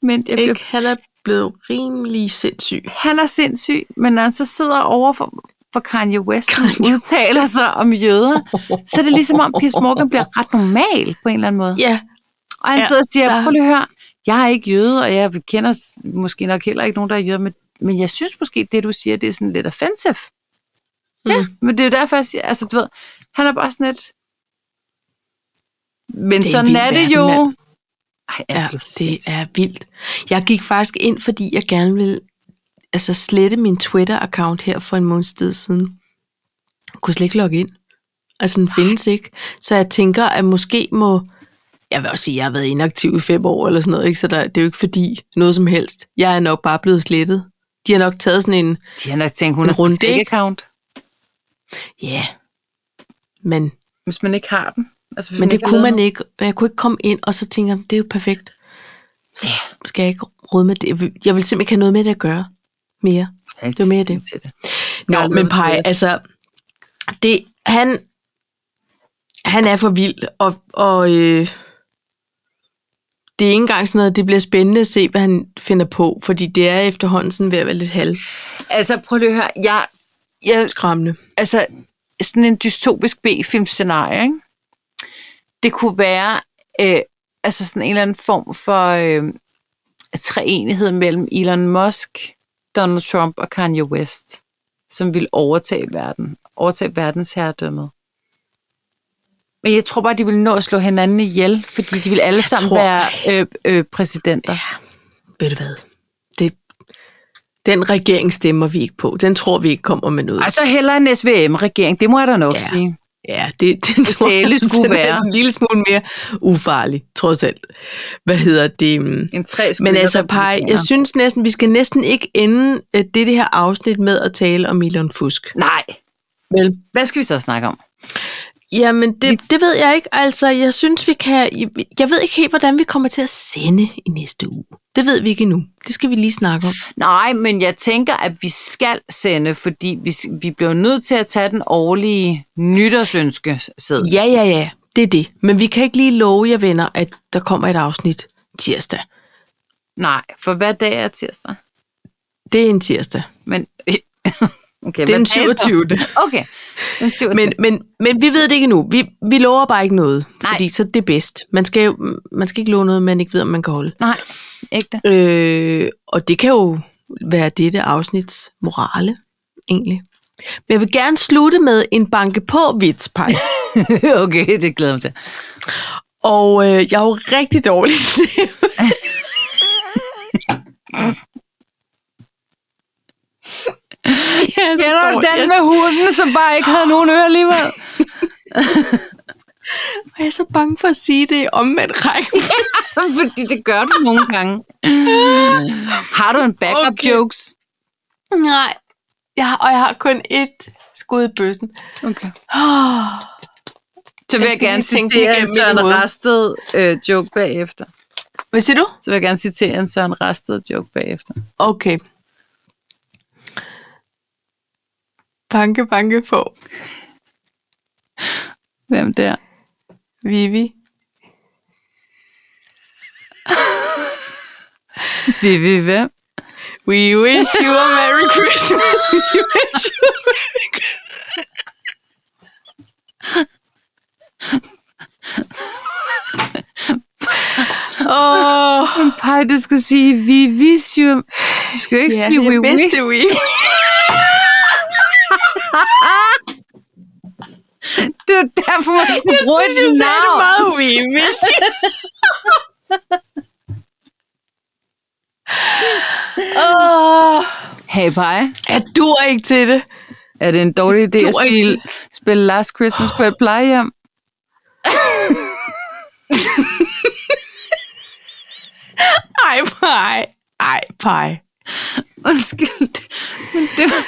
B: men jeg blev,
A: Ikke? Han er blevet rimelig sindssyg.
B: han er sindssyg, men når han så sidder over for, for Kanye West, som
A: Kanye.
B: udtaler sig om jøder, så er det ligesom om Piers Morgan bliver ret normal på en eller anden måde.
A: Ja,
B: Og han
A: Ja,
B: ja, sidder og
A: der-
B: siger, prøv lige at høre, jeg er ikke jøde, og jeg kender måske nok heller ikke nogen, der er jøde, men, men jeg synes måske, det du siger, det er sådan lidt offensive. Ja,
A: Mm.
B: men det er jo derfor, jeg siger, altså du ved, han er bare sådan lidt... Men
A: Det er en
B: sådan
A: vild
B: er det
A: verden,
B: jo.
A: mand.
B: Ej,
A: ja,
B: jeg bliver så
A: det er vildt. Jeg gik faktisk ind, fordi jeg gerne ville altså, slette min Twitter-account her for en måneds tid siden. Jeg kunne slet ikke logge ind. Altså, den findes ikke. Så jeg tænker, at måske må... Jeg vil også sige, at jeg har været inaktiv i fem år eller sådan noget, ikke? så der, det er jo ikke fordi noget som helst. Jeg er nok bare blevet slettet. De har nok taget sådan en,
B: De har nok tænkt, hun
A: En
B: har sådan
A: runde,
B: en fake
A: ikke?
B: account,
A: ja, yeah. men
B: hvis man ikke har den. Altså, hvis
A: Men det
B: har
A: kunne
B: lavet
A: man ikke. Jeg kunne ikke komme ind, og så tænker jeg, det er jo perfekt.
B: Ja.
A: Skal jeg ikke råde med det? Jeg vil, jeg vil simpelthen ikke have noget med det at gøre mere.
B: noget.
A: det var mere det.
B: Til det. Jeg
A: Nå,
B: har
A: men
B: lavet
A: Paj,
B: det.
A: altså, det, han, han er for vild, og, og øh, det er ikke engang sådan noget, det bliver spændende at se, hvad han finder på, fordi det er efterhånden sådan ved at være lidt
B: Altså, prøv lige at høre, jeg, jeg,
A: halvskræmmende.
B: altså sådan en dystopisk B-film-scenarie, ikke? Det kunne være øh, altså sådan en eller anden form for øh, træenighed mellem Elon Musk, Donald Trump og Kanye West, som ville overtage verden, overtage verdensherredømmet. Men jeg tror bare, de ville nå at slå hinanden ihjel, fordi de ville alle sammen
A: tror-
B: tror... være øh, øh, præsidenter.
A: Ved du hvad? Det, den regering stemmer vi ikke på. Den tror vi ikke kommer med noget.
B: Og så heller en SVM-regering, det må jeg da nok
A: Ja.
B: ja. sige.
A: Ja, det, det tror
B: alle
A: jeg,
B: skulle
A: den er
B: være.
A: en lille smule mere ufarlig, trods alt. Hvad hedder det? mm.
B: En tre
A: Men altså, Paj, jeg synes næsten, vi skal næsten ikke ende øh, det, det her afsnit med at tale om Elon Fusk.
B: Nej,
A: Vel?
B: hvad skal vi så snakke om?
A: Jamen, det,
B: Vi-
A: det ved jeg ikke. Altså, jeg synes, vi kan... Jeg ved ikke helt, hvordan vi kommer til at sende i næste uge. Det ved vi ikke endnu. Det skal vi lige snakke om.
B: Nej, men jeg tænker, at vi skal sende, fordi vi, vi bliver nødt til at tage den årlige nytårsønske sæd.
A: Ja, ja, ja. Det er det. Men vi kan ikke lige love jer venner, at der kommer et afsnit tirsdag.
B: Nej, for hvad dag er tirsdag?
A: Det er en tirsdag.
B: Men, okay,
A: Det er
B: hvad
A: den
B: dag det?
A: 27.
B: Okay, den 27.
A: Men, men, men vi ved det ikke nu. Vi, vi lover bare ikke noget,
B: Nej.
A: fordi så er det er bedst. Man skal, jo, man skal ikke love noget, man ikke ved, om man kan holde.
B: Nej, ikke det.
A: Øh, og det kan jo være dette afsnits morale, egentlig. Men jeg vil gerne slutte med en banke på vitspej.
B: okay, det glæder jeg mig til.
A: og øh, jeg er jo rigtig dårlig til Jeg er så
B: Kender du
A: dårlig.
B: den
A: Jeg-
B: med hunden, som bare ikke havde nogen ører alligevel?
A: Jeg er så bange for at sige det i omvendt række.
B: Fordi det gør du nogle gange. Har du en backup
A: Okay.
B: okay. jokes?
A: Nej, jeg har, og jeg har kun ét skud i bøssen.
B: Okay.
A: Oh,
B: Så
A: Jeg
B: vil jeg, jeg
A: skal
B: gerne
A: lige tænke
B: citere
A: igennem
B: en
A: mit
B: Søren
A: hoved.
B: Rasted øh, joke bagefter.
A: hvad siger du?
B: Så vil jeg gerne citere en Søren Rasted joke bagefter.
A: Okay. Banke, banke på.
B: Hvem der?
A: Vivi.
B: Det vi hvem?
A: We wish you a Merry Christmas. We wish you a Merry Christmas. Åh, oh,
B: Pej, du skal sige, vi wish you... Du skal jo ikke
A: ja,
B: sige, we
A: det
B: wish.
A: bedste we.
B: Det er derfor, man skal
A: Jeg
B: bruge
A: synes,
B: et
A: jeg sagde det
B: navn.
A: meget we wish. Åh,
B: Hey, Pej.
A: jeg dur ikke til det.
B: Er det en dårlig idé
A: Du
B: at
A: er ikke
B: spille, spille Last Christmas på et plejehjem?
A: Ej, pej. Ej, pej.
B: Undskyld. Men det var,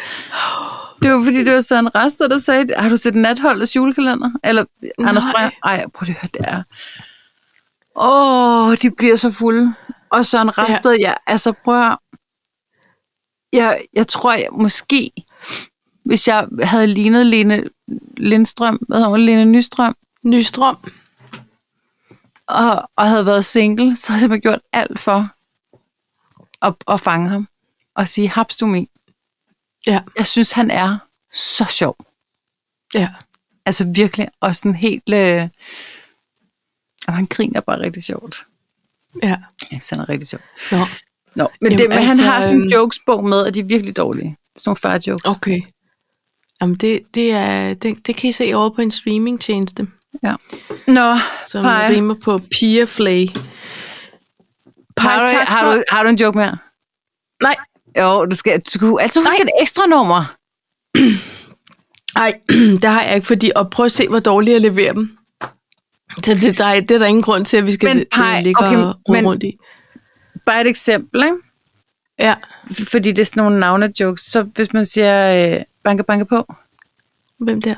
B: det var fordi, det var Søren Raster, der sagde, har du set Natholdets julekalender? Eller Nej. Anders
A: Nej.
B: Brønd? Ej, prøv lige at høre, det er. Åh, oh, de bliver så fulde. Og Søren Raster, ja. jeg, altså prøv at, høre. jeg, jeg tror, jeg måske, hvis jeg havde lignet Lene Lindstrøm, hvad hedder hun, Lene Nystrøm,
A: Nystrøm.
B: og, og havde været single, så havde jeg simpelthen gjort alt for at, at fange ham og sige, haps du min.
A: Ja.
B: Jeg synes, han er så sjov.
A: Ja.
B: Altså virkelig, og sådan helt... Øh, og han griner bare rigtig sjovt.
A: Ja.
B: Jeg synes, han er rigtig sjov.
A: Nå,
B: Nå, men,
A: Jamen,
B: det, men altså,
A: altså,
B: han har sådan
A: øhm,
B: en jokesbog med, og de er virkelig dårlige. Sådan nogle far jokes. Okay.
A: okay. Jamen, det, det, er, det, det kan I se over på en streamingtjeneste,
B: Nå,
A: som
B: Pej.
A: Pej. rimer på Pia Flay. Pej,
B: har, du,
A: tak
B: har,
A: for...
B: du, har du en joke mere?
A: Nej.
B: Jo, du skal, du skal altid huske
A: Nej.
B: et ekstra nummer.
A: Nej, det har jeg ikke, fordi... Og prøv at se, hvor dårligt jeg leverer dem. Så det, der er, det er der ingen grund til, at vi skal
B: Men,
A: øh,
B: Pej,
A: ligge
B: okay,
A: og rode
B: men-
A: rundt i.
B: Bare et eksempel, ikke?
A: Ja.
B: fordi det er sådan nogle navne-jokes, så hvis man siger øh, banke, banke på,
A: Hvem der?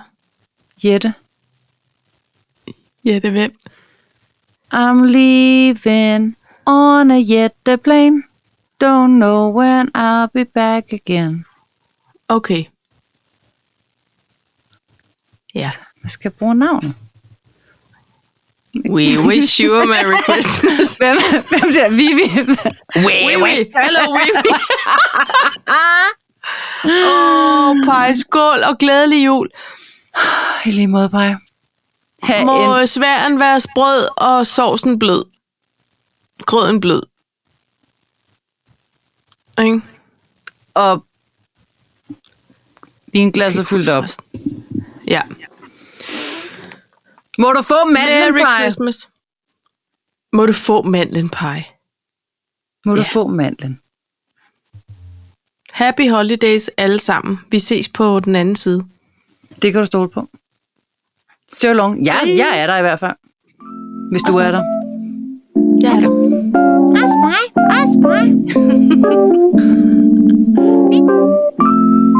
B: Jette,
A: Ja, det er hvem?
B: I'm leaving on a Jette plane, don't know when I'll be back again.
A: Okay. Ja.
B: Man skal bruge navn.
A: We wish you a Merry Christmas.
B: Hvem, hvem der? Vivi?
A: Wee wee. Hello, wee wee. Åh, oh, pej, skål og glædelig jul.
B: I lige måde, Paj. Ha
A: Må
B: en,
A: en... sværen være sprød og sovsen blød. Grøden blød. Ikke?
B: og vinglasset fyldt Altså op.
A: Ja.
B: Må du få mandlen,
A: Merry
B: Paj?
A: Christmas. Må du få mandlen pie.
B: Må du
A: Ja.
B: få mandlen?
A: Happy holidays alle sammen. Vi ses på den anden side.
B: Det kan du stole på. So long. Ja, jeg er der i hvert fald. Hvis du er der.
A: Jeg er der.
C: That's why. That's why.